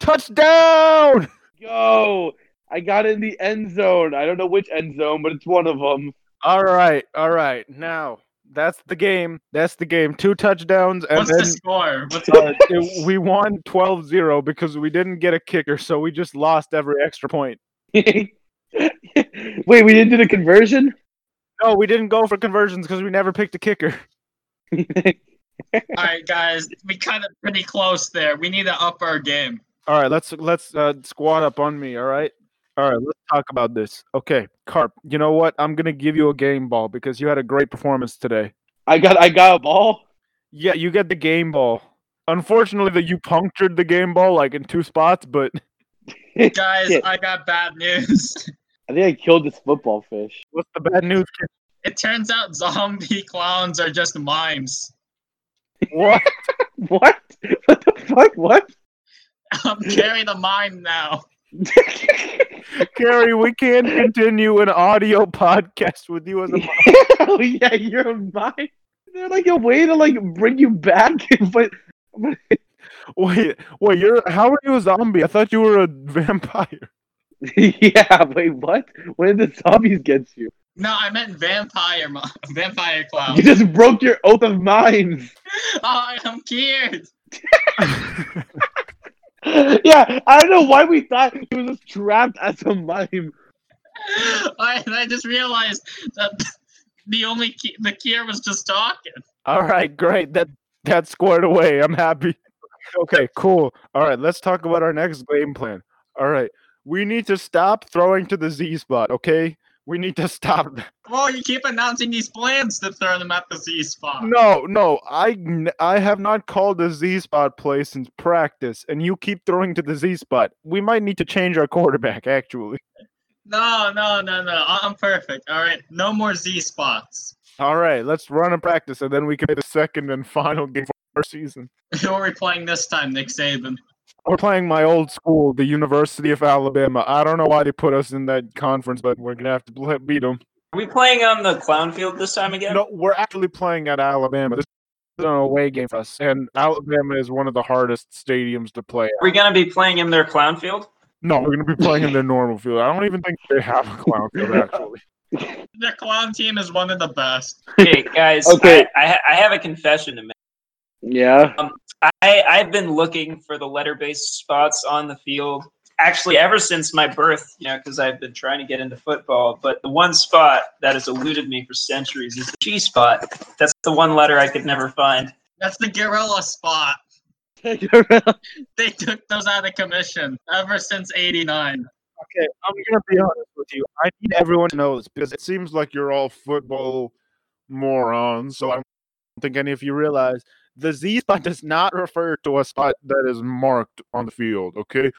Speaker 4: Touchdown!
Speaker 2: Go. I got in the end zone. I don't know which end zone, but it's one of them. <laughs>
Speaker 4: All right, all right. Now that's the game. That's the game. Two touchdowns, and
Speaker 1: What's
Speaker 4: then
Speaker 1: the score? What's
Speaker 4: uh,
Speaker 1: <laughs>
Speaker 4: it- we won 12-0 because we didn't get a kicker, so we just lost every extra point.
Speaker 2: Wait, we didn't do the conversion?
Speaker 4: No, we didn't go for conversions because we never picked a kicker. <laughs>
Speaker 1: All right, guys, we cut it pretty close there. We need to up our game.
Speaker 4: All right, let's let's uh, squat up on me. All right, all right. Let's talk about this. Okay, Carp. You know what? I'm gonna give you a game ball because you had a great performance today.
Speaker 2: I got I got a ball.
Speaker 4: Yeah, you get the game ball. Unfortunately, that you punctured the game ball like in two spots, but <laughs>
Speaker 1: Guys,
Speaker 2: Yeah.
Speaker 1: I got bad news. <laughs>
Speaker 2: I think I killed this football fish. <laughs>
Speaker 4: what's the bad news? kid?
Speaker 1: It turns out zombie clowns are just mimes. <laughs>
Speaker 4: What?
Speaker 2: What? What the fuck? What? <laughs>
Speaker 1: I'm carrying a mime now.
Speaker 4: Carrie, we can't continue an audio podcast with you as a.
Speaker 2: oh yeah, you're mine. They're like a way to like bring you back, <laughs> but
Speaker 4: Wait, wait, you're how are you a zombie? I thought you were a vampire. <laughs>
Speaker 2: yeah. Wait, what? When did the zombies get you?
Speaker 1: No, I meant vampire, mi- vampire clown. <laughs>
Speaker 4: <laughs>
Speaker 2: You just broke your oath of mines.
Speaker 1: oh, I'm cured.
Speaker 2: <laughs> yeah, I don't know why we thought he was just trapped as a mime.
Speaker 1: I, I just realized that <laughs> the only cu- the cure was just talking.
Speaker 4: All right, great. That that's squared away. I'm happy. Okay, cool. All right, let's talk about our next game plan. All right, we need to stop throwing to the Z spot. Okay, we need to stop. that.
Speaker 1: Well, you keep announcing these plans to throw them at the Z spot.
Speaker 4: No, no, I n- I have not called the Z spot play since practice, and you keep throwing to the Z spot. We might need to change our quarterback actually.
Speaker 1: No, no, no, no. I- I'm perfect. All right, no more Z spots.
Speaker 4: All right, let's run a practice, and then we can play the second and final game for our season.
Speaker 1: <laughs> Who are we playing this time, Nick Saban?
Speaker 4: We're playing my old school, the University of Alabama. I don't know why they put us in that conference, but we're gonna have to bl- beat them.
Speaker 3: Are we playing on the clown field this time again?
Speaker 4: No, we're actually playing at Alabama. This is an away game for us, and Alabama is one of the hardest stadiums to play. at.
Speaker 3: Are we gonna be playing in their clown field?
Speaker 4: No, we're gonna be playing in their normal field. I don't even think they have a clown
Speaker 2: <laughs>
Speaker 4: field actually.
Speaker 1: The clown team is one of the best.
Speaker 3: Okay, guys.
Speaker 2: Okay.
Speaker 3: I, I, ha- I have a confession to make.
Speaker 2: Yeah.
Speaker 3: I, I've been looking for the letter based spots on the field actually ever since my birth, you know, because I've been trying to get into football. But the one spot that has eluded me for centuries is the G spot. That's the one letter I could never find.
Speaker 1: That's the gorilla
Speaker 2: <laughs>
Speaker 1: spot. They took those out of commission ever since '89.
Speaker 4: Okay, I'm gonna be honest with you. I need everyone to know this because it seems like you're all football morons. So I don't think any of you realize the Z spot does not refer to a spot that is marked on the field. Okay,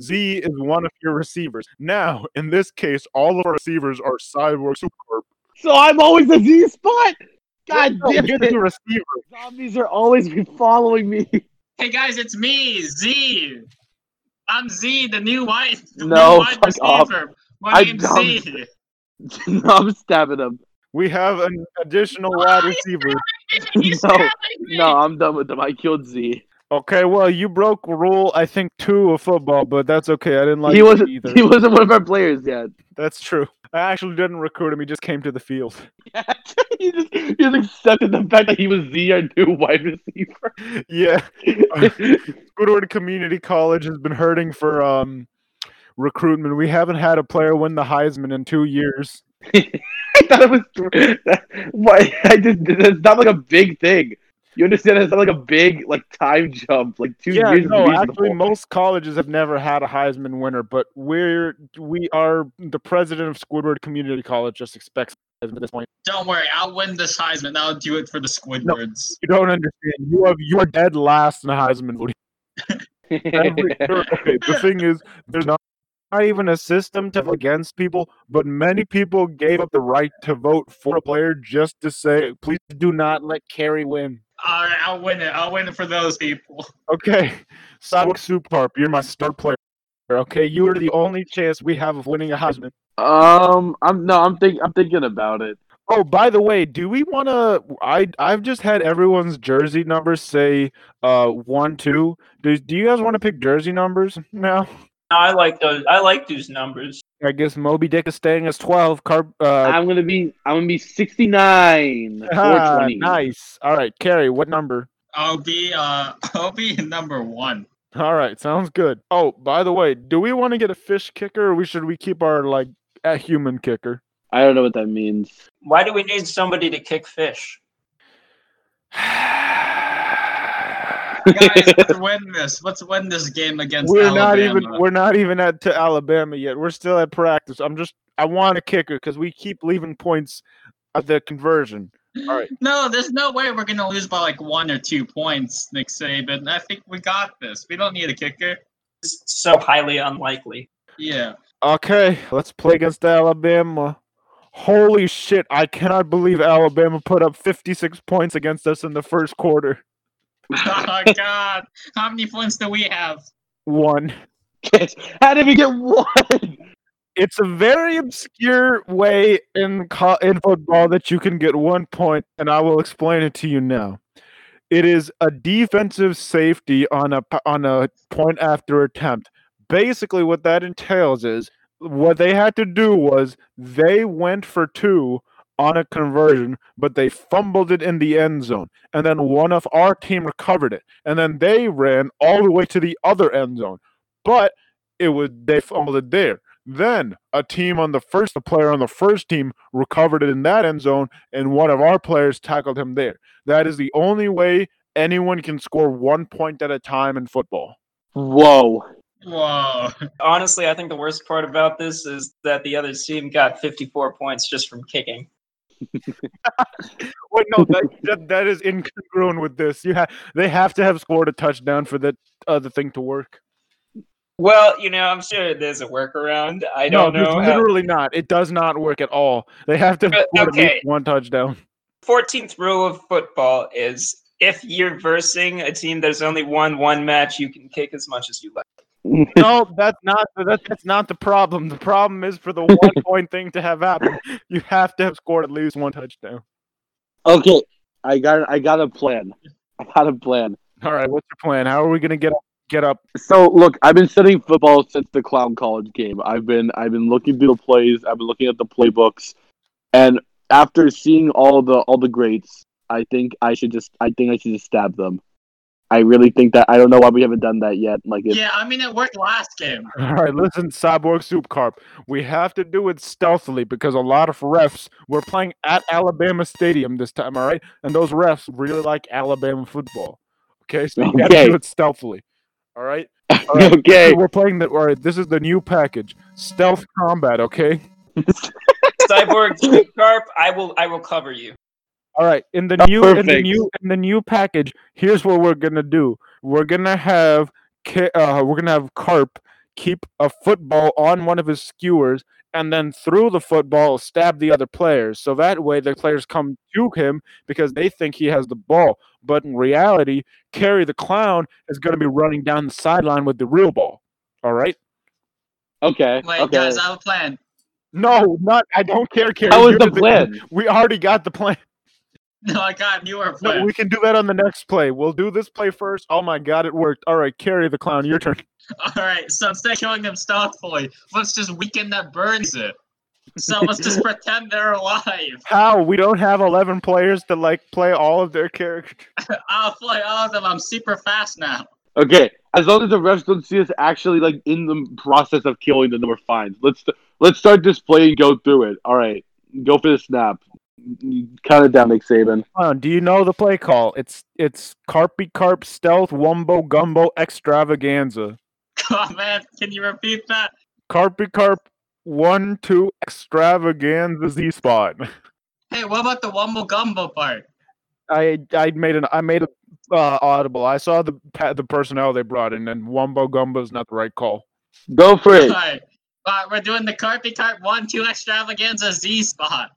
Speaker 4: Z is one of your receivers. Now, in this case, all of our receivers are Cyborg Supercorp.
Speaker 2: so I'm always a Z spot. <laughs> God
Speaker 4: No,
Speaker 2: damn
Speaker 4: you're the
Speaker 2: it!
Speaker 4: receiver.
Speaker 2: Zombies are always be following me. <laughs>
Speaker 1: Hey guys, it's me, Z. I'm Z, the new white, <laughs> the
Speaker 2: No,
Speaker 1: new wide
Speaker 2: fuck off.
Speaker 1: receiver. My
Speaker 2: I
Speaker 1: name's
Speaker 2: dumped-
Speaker 1: Z.
Speaker 2: no, I'm stabbing him.
Speaker 4: We have an additional wide receiver.
Speaker 1: <laughs> He's
Speaker 2: No,
Speaker 1: stabbing me.
Speaker 2: No, I'm done with them. I killed Z.
Speaker 4: Okay, well, you broke rule I think two of football, but that's okay. I didn't like
Speaker 2: he
Speaker 4: it
Speaker 2: wasn't.
Speaker 4: either.
Speaker 2: He wasn't one of our players yet.
Speaker 4: That's true. I actually didn't recruit him. He just came to the field.
Speaker 2: <laughs>
Speaker 4: <laughs>
Speaker 2: he, just, he just accepted the fact that he was Z, our new wide receiver.
Speaker 4: Yeah, Uh, Squidward Community College has been hurting for um recruitment. We haven't had a player win the Heisman in two years.
Speaker 2: <laughs> I thought it was. Th- that- why <laughs> I just it's not like a big thing. You understand? It's not like a big like time jump. Like two
Speaker 4: yeah,
Speaker 2: years. is
Speaker 4: no,
Speaker 2: reasonable.
Speaker 4: actually, most colleges have never had a Heisman winner, but we're we are the president of Squidward Community College just expects Heisman at this point.
Speaker 1: Don't worry, I'll win this Heisman. I'll do it for the Squidwards.
Speaker 4: You don't understand. You have you are dead last in Heisman voting.
Speaker 2: <laughs>
Speaker 4: Every- okay, the thing is, there's not, not even a system to vote against people, but many people gave up the right to vote for a player just to say, please do not let Kerry win.
Speaker 1: All right, I'll win it. I'll win it for those people.
Speaker 4: Okay, <laughs> Sidewalk Superp, you're my star player. Okay, you are the only chance we have of winning a Heisman.
Speaker 2: um, I'm no, I'm think I'm thinking about it.
Speaker 4: Oh, by the way, do we want to? I I've just had everyone's jersey numbers say uh one two. Do do you guys want to pick jersey numbers now?
Speaker 3: I like those. I like those numbers.
Speaker 4: I guess Moby Dick is staying as twelve. Carb, uh,
Speaker 2: I'm gonna be I'm gonna be 69,
Speaker 4: Ah,
Speaker 2: 420.
Speaker 4: nice. All right, Carrie, what number?
Speaker 1: I'll be uh, <laughs> I'll be number one.
Speaker 4: All right, sounds good. Oh, by the way, do we want to get a fish kicker or we should we keep our like a human kicker?
Speaker 2: I don't know what that means. <laughs>
Speaker 3: Why do we need somebody to kick fish?
Speaker 4: <laughs>
Speaker 1: Guys, let's win this. Let's win this game against.
Speaker 4: we're not
Speaker 1: Alabama.
Speaker 4: even we're not even at to Alabama yet. We're still at practice. I'm just I want a kicker cuz we keep leaving points at the conversion. All right.
Speaker 1: No, there's no way we're gonna lose by like one or two points, Nick Saban. I think we got this. We don't need a kicker.
Speaker 3: It's so highly unlikely.
Speaker 1: Yeah. <laughs>
Speaker 4: Okay, let's play against Alabama. Holy shit, I cannot believe Alabama put up 56 points against us in the first quarter.
Speaker 1: Oh God, how many points do we have?
Speaker 4: One.
Speaker 2: How did we get one?
Speaker 4: it's a very obscure way in co- in football that you can get one point, and I will explain it to you now. It is a defensive safety on a p- on a point after attempt. Basically, what that entails is what they had to do was they went for two on a conversion, but they fumbled it in the end zone, and then one of our team recovered it, and then they ran all the way to the other end zone, but it was they fumbled it there. Then a team on the first, a player on the first team recovered it in that end zone, and one of our players tackled him there. That is the only way anyone can score one point at a time in football.
Speaker 2: Whoa.
Speaker 1: Whoa.
Speaker 3: Honestly, I think the worst part about this is that the other team got 54 points just from kicking.
Speaker 4: Wait, no, <laughs> that, that, that is incongruent with this. You ha- they have to have scored a touchdown for that other thing to work.
Speaker 3: Well, you know, I'm sure there's a workaround. I
Speaker 4: no,
Speaker 3: don't
Speaker 4: there's
Speaker 3: know. how-
Speaker 4: literally not. It does not work at all. They have to
Speaker 3: Uh,
Speaker 4: have scored at
Speaker 3: okay.
Speaker 4: least one <laughs> touchdown.
Speaker 3: 14th Uh, rule of football is if you're versing a team there's only one one match you can kick as much as you like
Speaker 4: No, that's not that's, that's not the problem. The problem is <laughs> for the one point thing to have happened, you have to have scored at least one touchdown.
Speaker 2: Okay, I got I got a plan. I got a plan.
Speaker 4: All right, what's your plan? How are we gonna get up? Get up? <laughs>
Speaker 2: So look, I've been studying football since the clown college game. I've been I've been looking through the plays. I've been looking at the playbooks, and after seeing all the all the greats, I think I should just I think I should just stab them. I really think that I don't know why we haven't done that yet. Like it's
Speaker 1: Yeah, I mean it worked last game.
Speaker 4: All right, listen, Cyborg Soup Carp. We have to do it stealthily because a lot of refs. We're playing at Alabama Stadium this time, all right? And those refs really like Alabama football. Okay, so you got to
Speaker 2: Okay.
Speaker 4: do it stealthily. All right. All right.
Speaker 2: <laughs> okay.
Speaker 4: We're playing the. All right, this is the new package, stealth combat. Okay. <laughs>
Speaker 3: cyborg Duke carp i will i will cover you
Speaker 4: All right, in the
Speaker 2: Oh,
Speaker 4: new in the
Speaker 2: perfect.
Speaker 4: new in the new package, here's what we're gonna do. We're gonna have Ca- uh, we're gonna have Carp keep a football on one of his skewers, and then through the football stab the other players. So that way, the players come to him because they think he has the ball. But in reality, Carry the Clown is gonna be running down the sideline with the real ball. All right.
Speaker 2: Okay.
Speaker 1: Wait,
Speaker 2: okay.
Speaker 1: guys, I have a plan. <laughs>
Speaker 4: No, not. I don't care, Carrie.
Speaker 2: How was
Speaker 4: you're
Speaker 2: the plan?
Speaker 4: We already got the plan.
Speaker 1: No, I got newer
Speaker 4: No,
Speaker 1: plan.
Speaker 4: we can do that on the next play. We'll do this play first. Oh my god, it worked. All right, carry the clown. Your turn.
Speaker 1: All right, so instead of killing them stealthily, let's just weaken that burns it. So let's just <laughs> pretend they're alive.
Speaker 4: How? We don't have eleven players to like play all of their <laughs> characters.
Speaker 1: I'll play all of them. I'm super fast now. <laughs>
Speaker 2: Okay, as long as the refs don't see us actually like in the process of killing, then we're fine. Let's let's start this play and go through it. All right, Go for the snap. Count it down, Nick Saban.
Speaker 4: Hold on, do you know the play call? It's it's Carpy Carp Stealth Wumbo Gumbo Extravaganza.
Speaker 1: God, man, can you repeat that?
Speaker 4: Carpy Carp One Two Extravaganza Z Spot. <laughs>
Speaker 1: Hey, what about the Wumbo Gumbo part?
Speaker 4: I I made an I made a uh, audible. I saw the pa- the personnel they brought in, and Wumbo Gumbo's not the right call.
Speaker 2: Go for it.
Speaker 1: Alright. Uh, we're doing the Carpy Carp 1 2 extravaganza Z spot.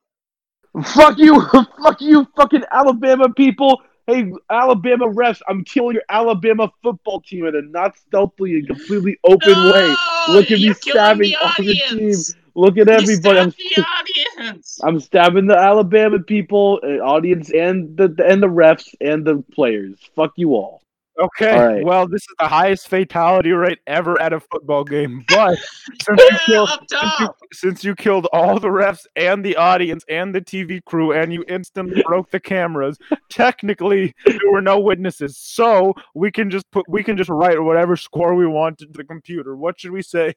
Speaker 2: Fuck you, <laughs> fuck you, fucking Alabama people. Hey, Alabama refs, I'm killing your Alabama football team in a not stealthily and completely open
Speaker 1: Uh,
Speaker 2: way. Look at me
Speaker 1: Oh, you're killing
Speaker 2: stabbing
Speaker 1: the
Speaker 2: all the team.
Speaker 1: audience.
Speaker 2: Look at
Speaker 1: You
Speaker 2: everybody. I'm,
Speaker 1: stabbed the audience.
Speaker 2: I'm stabbing the Alabama people, uh, audience, and the and the refs and the players. Fuck you all.
Speaker 4: Okay,
Speaker 2: All right.
Speaker 4: well this is the highest fatality rate ever at a football
Speaker 2: <laughs>
Speaker 4: game, but since you
Speaker 1: Yeah,
Speaker 4: killed
Speaker 1: up
Speaker 4: since you,
Speaker 1: top.
Speaker 4: since you killed all the refs and the audience and the TV crew and you
Speaker 2: <laughs>
Speaker 4: instantly broke the cameras, technically there were no witnesses. So we can just put we can just write whatever score we want to the computer. What should we say?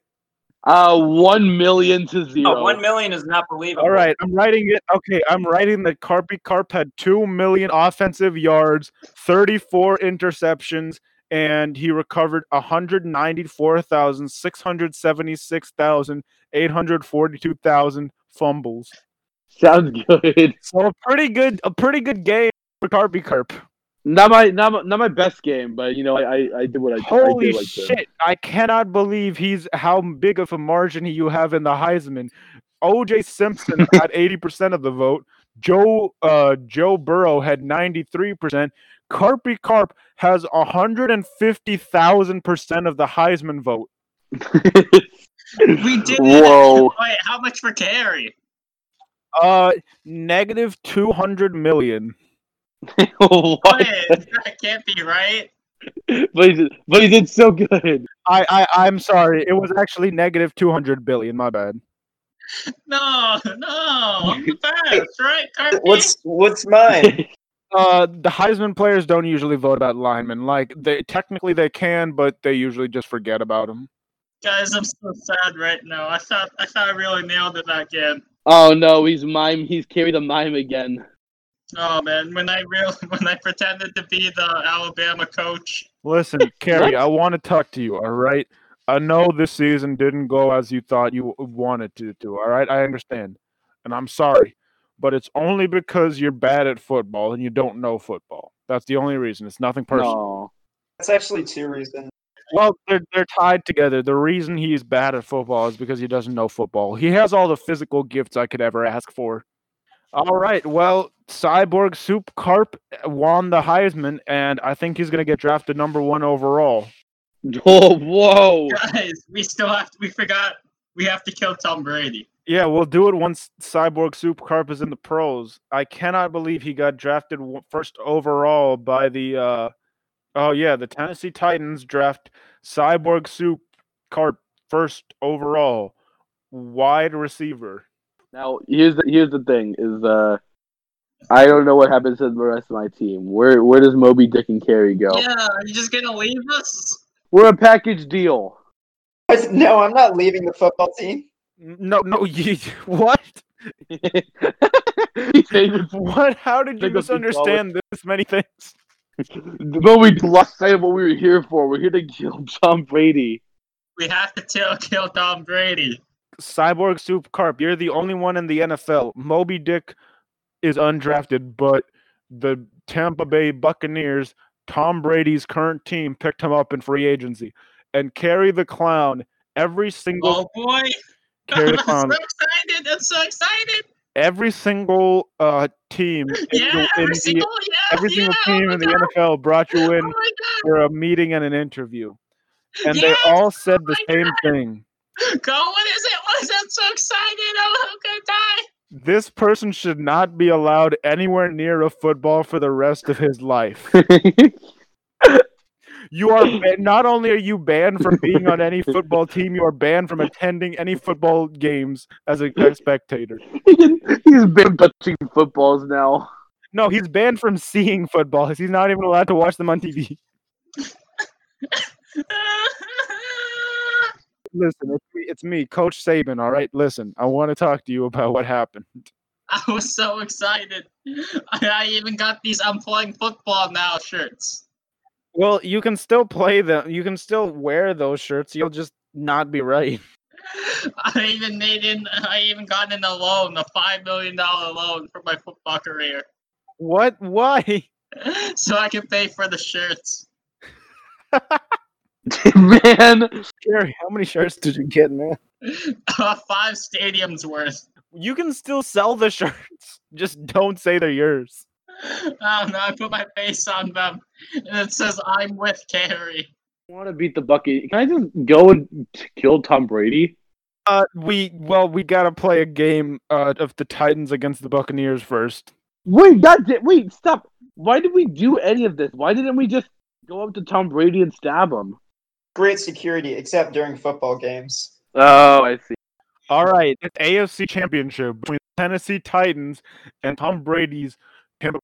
Speaker 2: Uh, one million to zero.
Speaker 3: Oh, one million is not believable.
Speaker 4: All right, I'm writing it. Okay, I'm writing that Carpy Carp had 2 million offensive yards, 34 interceptions, and he recovered 194,676,842,000 fumbles.
Speaker 2: Sounds good. <laughs>
Speaker 4: So a pretty good a pretty good game for Carpy Carp.
Speaker 2: Not my, not my, not my best game, but you know, I, I, I did what I, I
Speaker 4: Holy
Speaker 2: did like this.
Speaker 4: shit. I cannot believe he's how big of a margin you have in the Heisman. OJ
Speaker 2: <laughs>
Speaker 4: Simpson had 80% of the vote. Joe uh, Joe Burrow had 93%. Carpy Carp has 150,000% of the Heisman vote.
Speaker 1: We did it. <laughs>
Speaker 2: Whoa. <laughs>
Speaker 1: Wait, how much for carry?
Speaker 4: Uh negative 200 million.
Speaker 2: what?
Speaker 1: Wait, that can't be right.
Speaker 2: <laughs> But he, did, but he did so good.
Speaker 4: I, I I'm sorry. It was actually negative 200 billion, my bad.
Speaker 1: No, no, I'm the best,
Speaker 4: <laughs>
Speaker 1: right, Carpy?
Speaker 5: What's what's mine? <laughs>
Speaker 4: Uh, the Heisman players don't usually vote about linemen. Like they technically they can, but they usually just forget about them.
Speaker 1: Guys, I'm so sad right now. I thought I thought I really nailed it that game.
Speaker 2: Oh no, he's mime. He's carried the mime again.
Speaker 1: Oh man, when I real <laughs> when I pretended to be the Alabama coach.
Speaker 4: Listen, <laughs> Carrie, I want to talk to you, all right? I know this season didn't go as you thought you wanted to to, all right? I understand. And I'm sorry, but it's only because you're bad at football and you don't know football. That's the only reason. It's nothing personal.
Speaker 2: No. <laughs>
Speaker 5: That's actually two reasons.
Speaker 4: Well, they're, they're tied together. The reason he's bad at football is because he doesn't know football. He has all the physical gifts I could ever ask for. All right. Well, Cyborg Soup Carp won the Heisman, and I think he's going to get drafted number one overall.
Speaker 2: Oh, whoa.
Speaker 1: Guys, we still have to, we forgot we have to kill Tom Brady.
Speaker 4: Yeah, we'll do it once Cyborg Soup Carp is in the pros. I cannot believe he got drafted w- first overall by the. Uh, oh yeah, the Tennessee Titans draft Cyborg Soup Carp first overall, wide receiver.
Speaker 2: Now here's the, here's the thing is uh, I don't know what happens to the rest of my team. Where where does Moby Dick and Carrie go?
Speaker 1: Yeah, are you just gonna leave us?
Speaker 2: We're a package <laughs> deal.
Speaker 5: No, I'm not leaving the football team.
Speaker 4: N- No, no, <laughs> ye what?
Speaker 2: He said,
Speaker 4: What? How did you
Speaker 2: Think of the
Speaker 4: misunderstand this many things?
Speaker 2: Moby lost sight of what we were here for. We're here to kill Tom Brady. <laughs>
Speaker 1: We have to kill kill Tom Brady.
Speaker 4: Cyborg Soup Carp, you're the only one in the NFL. Moby Dick is undrafted, but the Tampa Bay Buccaneers, Tom Brady's current team, picked him up in free agency. And Carry the Clown, every
Speaker 1: Oh
Speaker 4: single
Speaker 1: <laughs> boy.
Speaker 4: Carry the
Speaker 1: <laughs> I'm
Speaker 4: Clown,
Speaker 1: so excited. I'm so excited.
Speaker 4: every single uh
Speaker 1: <laughs>
Speaker 4: team in the-
Speaker 1: Yeah,
Speaker 4: in
Speaker 1: every
Speaker 4: the-
Speaker 1: single yeah,
Speaker 4: every single
Speaker 1: yeah,
Speaker 4: team
Speaker 1: oh
Speaker 4: in
Speaker 1: my
Speaker 4: the NFL brought you
Speaker 1: God,
Speaker 4: in
Speaker 1: Oh my god.
Speaker 4: for a meeting and an interview. And
Speaker 1: Yes!
Speaker 4: they all said the same thing.
Speaker 1: Go, what is it? What is that? So excited. Oh, I'm gonna die.
Speaker 4: this person should not be allowed anywhere near a football for the rest of his life. You are ba- not only are you banned from being on any football team, you are banned from attending any football games as a, a spectator.
Speaker 2: He's been touching footballs now. <laughs>
Speaker 4: No, he's banned from seeing football. He's not even allowed to watch them on <laughs> TV. Listen, it's me, it's me, Coach Saban. All right, listen, I want to talk to you about what happened.
Speaker 1: <laughs> I was so excited. I, I even got these I'm playing football now shirts.
Speaker 4: Well, you can still play them. You can still wear those shirts. You'll just not be right.
Speaker 1: I even made in I even got in a loan, a five million dollar loan for my football career. <laughs>
Speaker 4: What? Why?
Speaker 1: So I can pay for the shirts. <laughs>
Speaker 2: man.
Speaker 4: Gary, how many shirts did you get, man?
Speaker 1: Uh, five stadiums worth.
Speaker 4: You can still sell the <laughs> shirts. Just don't say they're yours.
Speaker 1: I don't know, Um, I put my face on them and it says I'm with Carrie.
Speaker 2: I want to beat the Bucky. Can I just go and t- kill Tom Brady?
Speaker 4: Uh, we well, we gotta play a game uh, of the Titans against the Buccaneers first.
Speaker 2: Wait, that's it. Wait, stop. Why did we do any of this? Why didn't we just go up to Tom Brady and stab him?
Speaker 5: Great security, except during football games.
Speaker 2: Oh, I see.
Speaker 4: All right, it's AFC Championship between the Tennessee Titans and Tom Brady's Tampa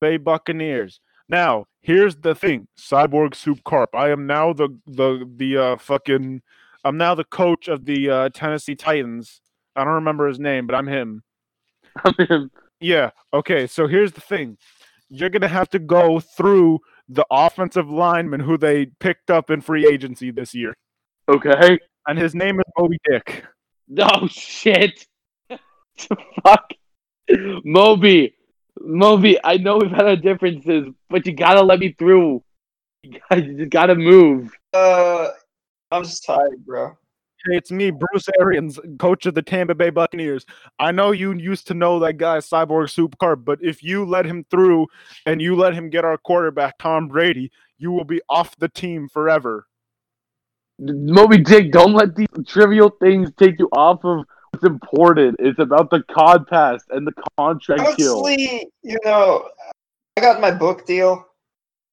Speaker 4: Bay Buccaneers. Now, here's the thing, Cyborg Soup Carp. I am now the the the uh, fucking. I'm now the coach of the uh, Tennessee Titans. I don't remember his name, but I'm him. Yeah. Okay. So here's the thing. You're going to have to go through the offensive lineman who they picked up in free agency this year.
Speaker 2: <laughs> okay.
Speaker 4: And his name is Moby Dick.
Speaker 2: Oh <laughs> shit. Fuck. Moby. Moby, I know we've had our differences, but you gotta let me through. You gotta, you just gotta move.
Speaker 5: Uh, I'm just tired, bro.
Speaker 4: Hey, it's me, Bruce Arians, coach of the Tampa Bay Buccaneers. I know you used to know that guy, Cyborg Soup Carp, but if you let him through and you let him get our quarterback, Tom Brady, you will be off the team forever.
Speaker 2: Moby Dick, don't let these trivial things take you off of what's important. It's about the cod pass and the contract kill.
Speaker 5: Mostly, you know, I got my book deal.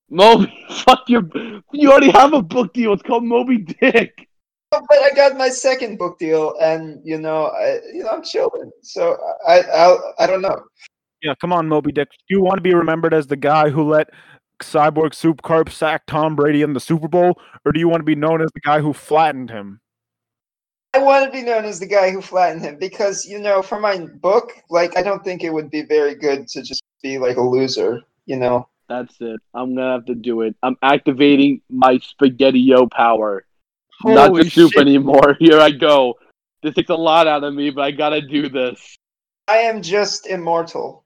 Speaker 2: Moby, <laughs> fuck your. You already have a book deal. It's called Moby Dick.
Speaker 5: but I got my second book deal, and you know, I you know, I'm chilling. So I I I don't know.
Speaker 4: Yeah, come on, Moby Dick. Do you want to be remembered as the guy who let Cyborg Soup Carp sack Tom Brady in the Super Bowl, or do you want to be known as the guy who flattened him?
Speaker 5: I want to be known as the guy who flattened him because you know, for my book, like I don't think it would be very good to just be like a loser. You know,
Speaker 2: That's it. I'm gonna have to do it. I'm activating my spaghetti-o power. Not
Speaker 4: Holy
Speaker 2: the soup
Speaker 4: shit.
Speaker 2: anymore. <laughs> Here I go. This takes a lot out of me, but I gotta do this.
Speaker 5: I am just immortal.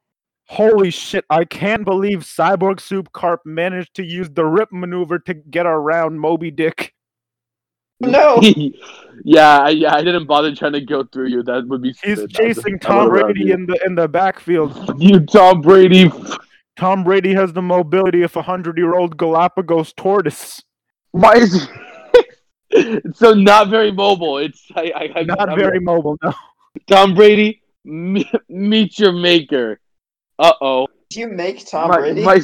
Speaker 4: Holy shit, I can't believe Cyborg Soup Carp managed to use the rip maneuver to get around Moby Dick.
Speaker 5: No,
Speaker 2: yeah, I, yeah. I didn't bother trying to go through you. That would be.
Speaker 4: He's
Speaker 2: stupid. I was-
Speaker 4: chasing
Speaker 2: I
Speaker 4: Tom
Speaker 2: would've robbed
Speaker 4: Brady
Speaker 2: you.
Speaker 4: in the in the
Speaker 2: <laughs>
Speaker 4: backfield.
Speaker 2: You Tom Brady.
Speaker 4: Tom Brady has the mobility of a hundred year old Galapagos tortoise.
Speaker 2: Why is it's <laughs> so not very mobile? It's I, I, I
Speaker 4: Not
Speaker 2: I'm-
Speaker 4: very mobile, no.
Speaker 2: Tom Brady, m- meet your maker. Uh oh,
Speaker 5: do you make Tom
Speaker 2: my,
Speaker 5: Brady?
Speaker 2: my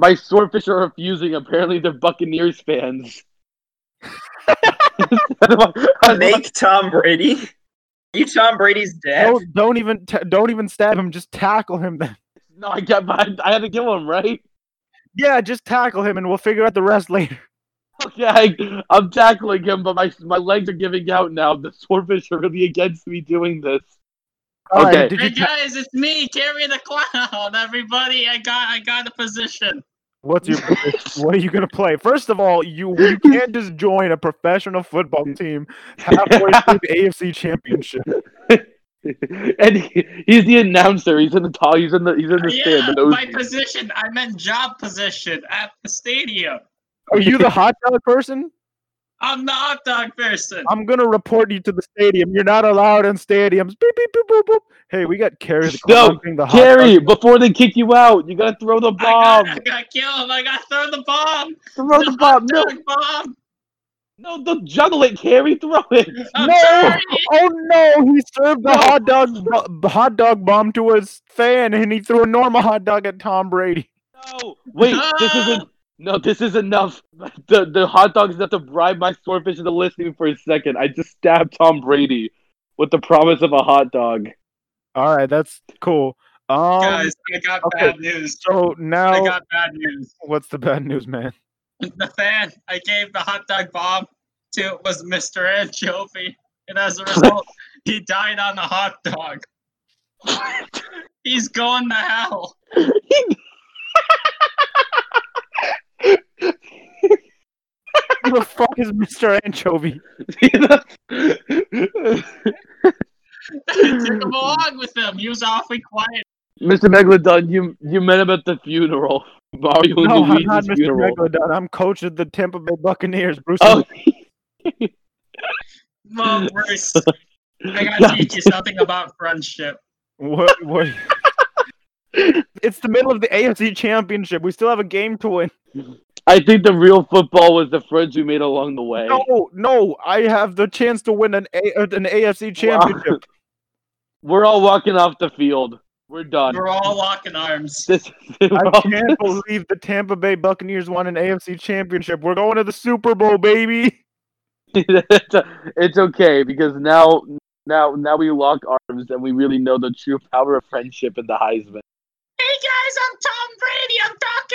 Speaker 2: my swordfish are refusing. Apparently, they're Buccaneers
Speaker 5: <laughs>
Speaker 2: fans. <laughs>
Speaker 3: Make Tom Brady? You Tom Brady's dad?
Speaker 4: Don't, don't even ta don't even stab him. Just tackle him then.
Speaker 2: no, I got my, I had to kill him, right?
Speaker 4: Yeah, just tackle him, and we'll figure out the rest <laughs> later.
Speaker 2: Okay, I, I'm tackling him, but my my legs are giving out now. The swordfish are really against me doing this.
Speaker 4: All
Speaker 2: Okay.
Speaker 4: right, Oh, did
Speaker 1: Hey
Speaker 4: you ta-
Speaker 1: guys, it's me, Carrie the Clown. Everybody, I got I got a position.
Speaker 2: <laughs>
Speaker 4: What's your position? <laughs> what are you gonna play? First of all, you you can't just join a professional football team halfway through
Speaker 2: <laughs>
Speaker 4: the AFC Championship.
Speaker 2: and he, he's the announcer. He's in the tall. He's in the he's in the stand.
Speaker 1: Yeah,
Speaker 2: The
Speaker 1: my
Speaker 2: nosebleed.
Speaker 1: position. I meant job position at the stadium.
Speaker 4: Are you the hot dog person?
Speaker 1: I'm the hot dog person.
Speaker 4: I'm gonna report you to the stadium. You're not allowed in stadiums. Beep beep boop boop boop. Hey, we got Kerry the
Speaker 2: No,
Speaker 4: Clown being the hot dog.
Speaker 2: Gary, before they kick you out, you gotta throw the
Speaker 1: I got,
Speaker 2: bomb.
Speaker 1: I got kill him. I got throw the bomb.
Speaker 2: Throw the bomb. No,
Speaker 1: Dog bomb.
Speaker 2: no, don't juggle it, Carrie. Throw it.
Speaker 1: I'm
Speaker 4: No!
Speaker 1: sorry.
Speaker 4: Oh no, he served the
Speaker 2: No.
Speaker 4: hot dog bo- hot dog bomb to his fan, and he threw a normal hot dog at Tom Brady.
Speaker 2: No, wait, this
Speaker 1: Ah.
Speaker 2: isn't. No, this is enough. The the hot dog is enough to bribe my swordfish into listening for a second. I just stabbed Tom Brady with the promise of a hot dog.
Speaker 4: All right, that's cool. Um,
Speaker 1: Guys, I got
Speaker 4: okay.
Speaker 1: bad news.
Speaker 4: so now
Speaker 1: I got bad news.
Speaker 4: what's the bad news, man?
Speaker 1: The fan I gave the hot dog bomb to was Mr. Anchovy, and as a result, he died on the hot dog. He's going to hell.
Speaker 4: Who the fuck is Mr.
Speaker 2: <laughs>
Speaker 4: Anchovy?
Speaker 1: Take him along with him. He was awfully quiet.
Speaker 2: Mr. Megalodon, you you met him at the funeral. Mario and
Speaker 4: No, I'm
Speaker 2: Luigi's
Speaker 4: not Mr.
Speaker 2: funeral.
Speaker 4: Megalodon. I'm coach of the Tampa Bay Buccaneers, Bruce.
Speaker 2: Oh,
Speaker 1: Well, Bruce, I gotta teach you something about friendship.
Speaker 4: What, what? <laughs> it's the middle of the AFC Championship. We still have a game to win.
Speaker 2: I think the real football was the friends we made along the way.
Speaker 4: No, no, I have the chance to win an a- uh, an AFC
Speaker 2: <laughs>
Speaker 4: Championship.
Speaker 2: We're all walking off the field. We're done.
Speaker 1: We're all locking arms.
Speaker 2: <laughs> This- we're
Speaker 4: I
Speaker 2: all- <laughs>
Speaker 4: can't believe the Tampa Bay Buccaneers won an AFC Championship. We're going to the Super Bowl, baby. <laughs>
Speaker 2: it's, it's okay because now now now we lock arms and we really know the true power of friendship and the Heisman.
Speaker 1: Hey guys, I'm Tom Brady.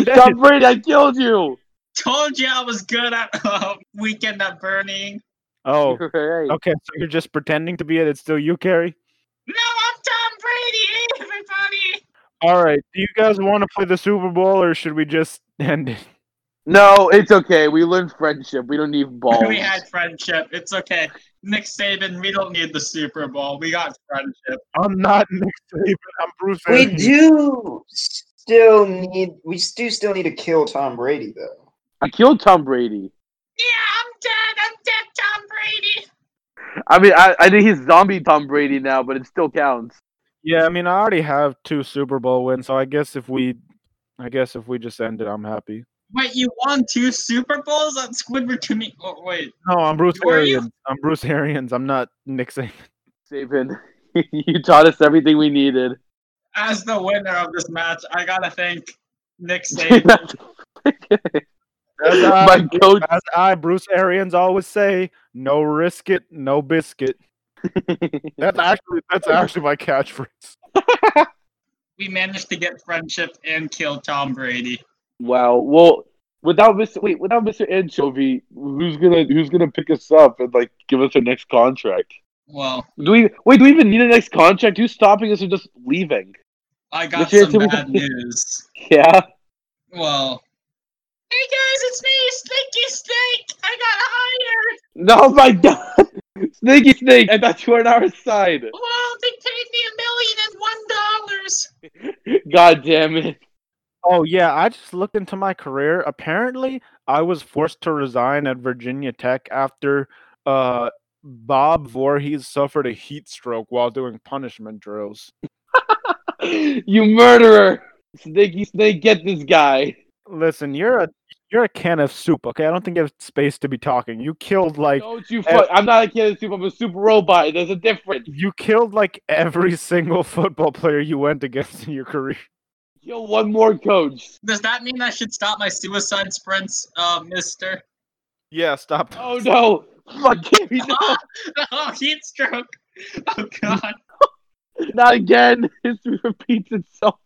Speaker 1: I'm talking now.
Speaker 2: <laughs> Tom Brady, I killed you.
Speaker 1: Told you I was good at <laughs> uh, weekend at burning.
Speaker 2: <laughs>
Speaker 4: Oh,
Speaker 2: Hooray.
Speaker 4: okay. So you're just pretending to be it. It's still you, Carrie.
Speaker 1: No, I'm Tom Brady. Hey, everybody.
Speaker 4: All right. Do you guys want to play the Super Bowl, or should we just end it?
Speaker 2: No, it's okay. We learned friendship. We don't need
Speaker 4: <laughs>
Speaker 2: balls.
Speaker 1: We had friendship. It's okay. Nick Saban, we don't need the Super Bowl. We got friendship.
Speaker 4: I'm not <laughs> Nick Saban. I'm Bruce.
Speaker 5: We
Speaker 4: Arians.
Speaker 5: do still need. We do still need to kill Tom Brady though.
Speaker 2: I killed Tom Brady.
Speaker 1: Yeah, I'm dead. I'm dead, Tom Brady.
Speaker 2: I mean, I, I think he's zombie Tom Brady now, but it still counts.
Speaker 4: Yeah, I mean, I already have two Super Bowl wins, so I guess if we, I guess if we just end it, I'm happy.
Speaker 1: Wait, you won two Super Bowls on Squidward to me? Oh, wait.
Speaker 4: No, I'm Bruce
Speaker 1: Were you?
Speaker 4: Arians. I'm Bruce Arians. I'm not Nick <laughs> Saban.
Speaker 2: Saban, <laughs> you taught us everything we needed.
Speaker 1: As the winner of this match, I gotta thank Nick
Speaker 2: <laughs>
Speaker 1: Saban.
Speaker 2: My coach.
Speaker 4: As I, Bruce Arians, always say, "No risk it, no biscuit." That's actually that's actually my catchphrase.
Speaker 1: we managed to get friendship and kill Tom Brady.
Speaker 2: Wow. Well, without Mr. Wait, without Mr. Anchovy, who's gonna who's gonna pick us up and like give us our next contract?
Speaker 1: Well,
Speaker 2: Do we wait? Do we even need a next contract? Who's stopping us from just leaving?
Speaker 1: I
Speaker 2: Let's
Speaker 1: got
Speaker 2: hear it
Speaker 1: some
Speaker 2: to me.
Speaker 1: bad news.
Speaker 2: Yeah.
Speaker 1: Well, hey guys, it's me, Slinky Snake. I got hired.
Speaker 2: <laughs> No, my God, Snakey Snake. I thought you were on our side.
Speaker 1: Well, they paid me a million and one dollars.
Speaker 2: God damn it.
Speaker 4: Oh yeah, I just looked into my career. Apparently, I was forced to resign at Virginia Tech after uh, Bob Voorhees suffered a heat stroke while doing punishment drills.
Speaker 2: <laughs> you murderer! Snakey Snake, get this guy.
Speaker 4: Listen, you're a you're a can of soup, okay? I don't think you have space to be talking. You killed like
Speaker 2: Don't you fuck. I'm not a kid of soup. I'm a super robot. There's a difference.
Speaker 4: you killed like every <laughs> single football player you went against in your career.
Speaker 2: Kill one more coach.
Speaker 1: Does that mean I should stop my suicide sprints, uh, Mister? <laughs>
Speaker 4: Yeah, stop.
Speaker 2: Oh
Speaker 4: <laughs>
Speaker 2: no! Fuck <laughs> Gary, no!
Speaker 1: oh, heat stroke. Oh God.
Speaker 2: Not again! <laughs> History repeats itself.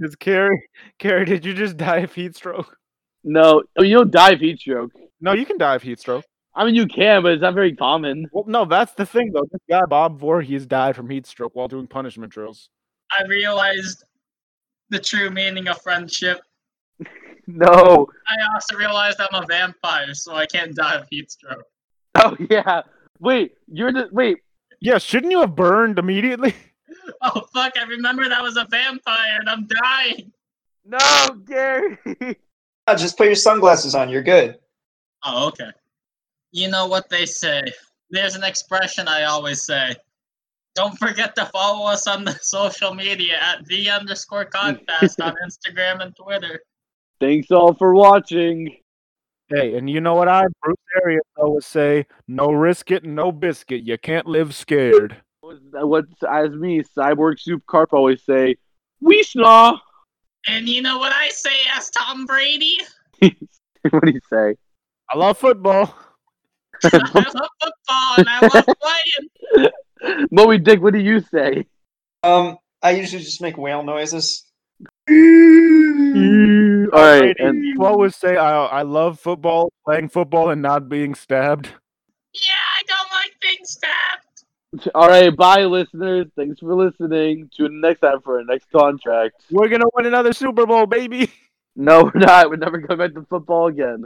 Speaker 4: Is Carrie Carrie, did you just die of heat stroke?
Speaker 2: No, oh, you don't die of heat stroke.
Speaker 4: No, you can die of heat stroke.
Speaker 2: I mean, you can, but it's not very common. <laughs>
Speaker 4: Well, no, that's the thing though. This guy Bob Voorhees died from heat stroke while doing punishment drills.
Speaker 1: I realized the true meaning of friendship.
Speaker 2: No.
Speaker 1: I also realized I'm a vampire, so I can't die of heat stroke.
Speaker 2: Oh yeah. Wait, you're the wait.
Speaker 4: Yeah, shouldn't you have burned immediately? <laughs>
Speaker 1: Oh fuck! I remember that was a vampire, and I'm dying.
Speaker 2: No, Gary. <laughs>
Speaker 5: Ah, just put your sunglasses on. You're good.
Speaker 1: Oh, okay. You know what they say. There's an expression I always say. Don't forget to follow us on the <laughs> social media at the underscore podcast on Instagram and Twitter.
Speaker 2: Thanks all for watching.
Speaker 4: Hey, and you know what I Bruce Arians always say, no risk it, no biscuit. You can't live scared.
Speaker 2: What as me, Cyborg Soup Carp always say, we snaw.
Speaker 1: And you know what I say as Tom Brady? <laughs>
Speaker 2: <laughs> what do you say?
Speaker 4: I love football.
Speaker 1: I love football and I love playing.
Speaker 2: Moby Dick, what do you say?
Speaker 5: Um, I usually just make whale noises.
Speaker 2: All right,
Speaker 4: Brady,
Speaker 2: and
Speaker 4: you always say I I love football, playing football and not being stabbed.
Speaker 1: Yeah, I don't like being stabbed.
Speaker 2: All right, bye, listeners. Thanks for listening. Tune in next time for our next contract.
Speaker 4: We're gonna win another Super Bowl, baby.
Speaker 2: No, we're not. We're never going back to football again.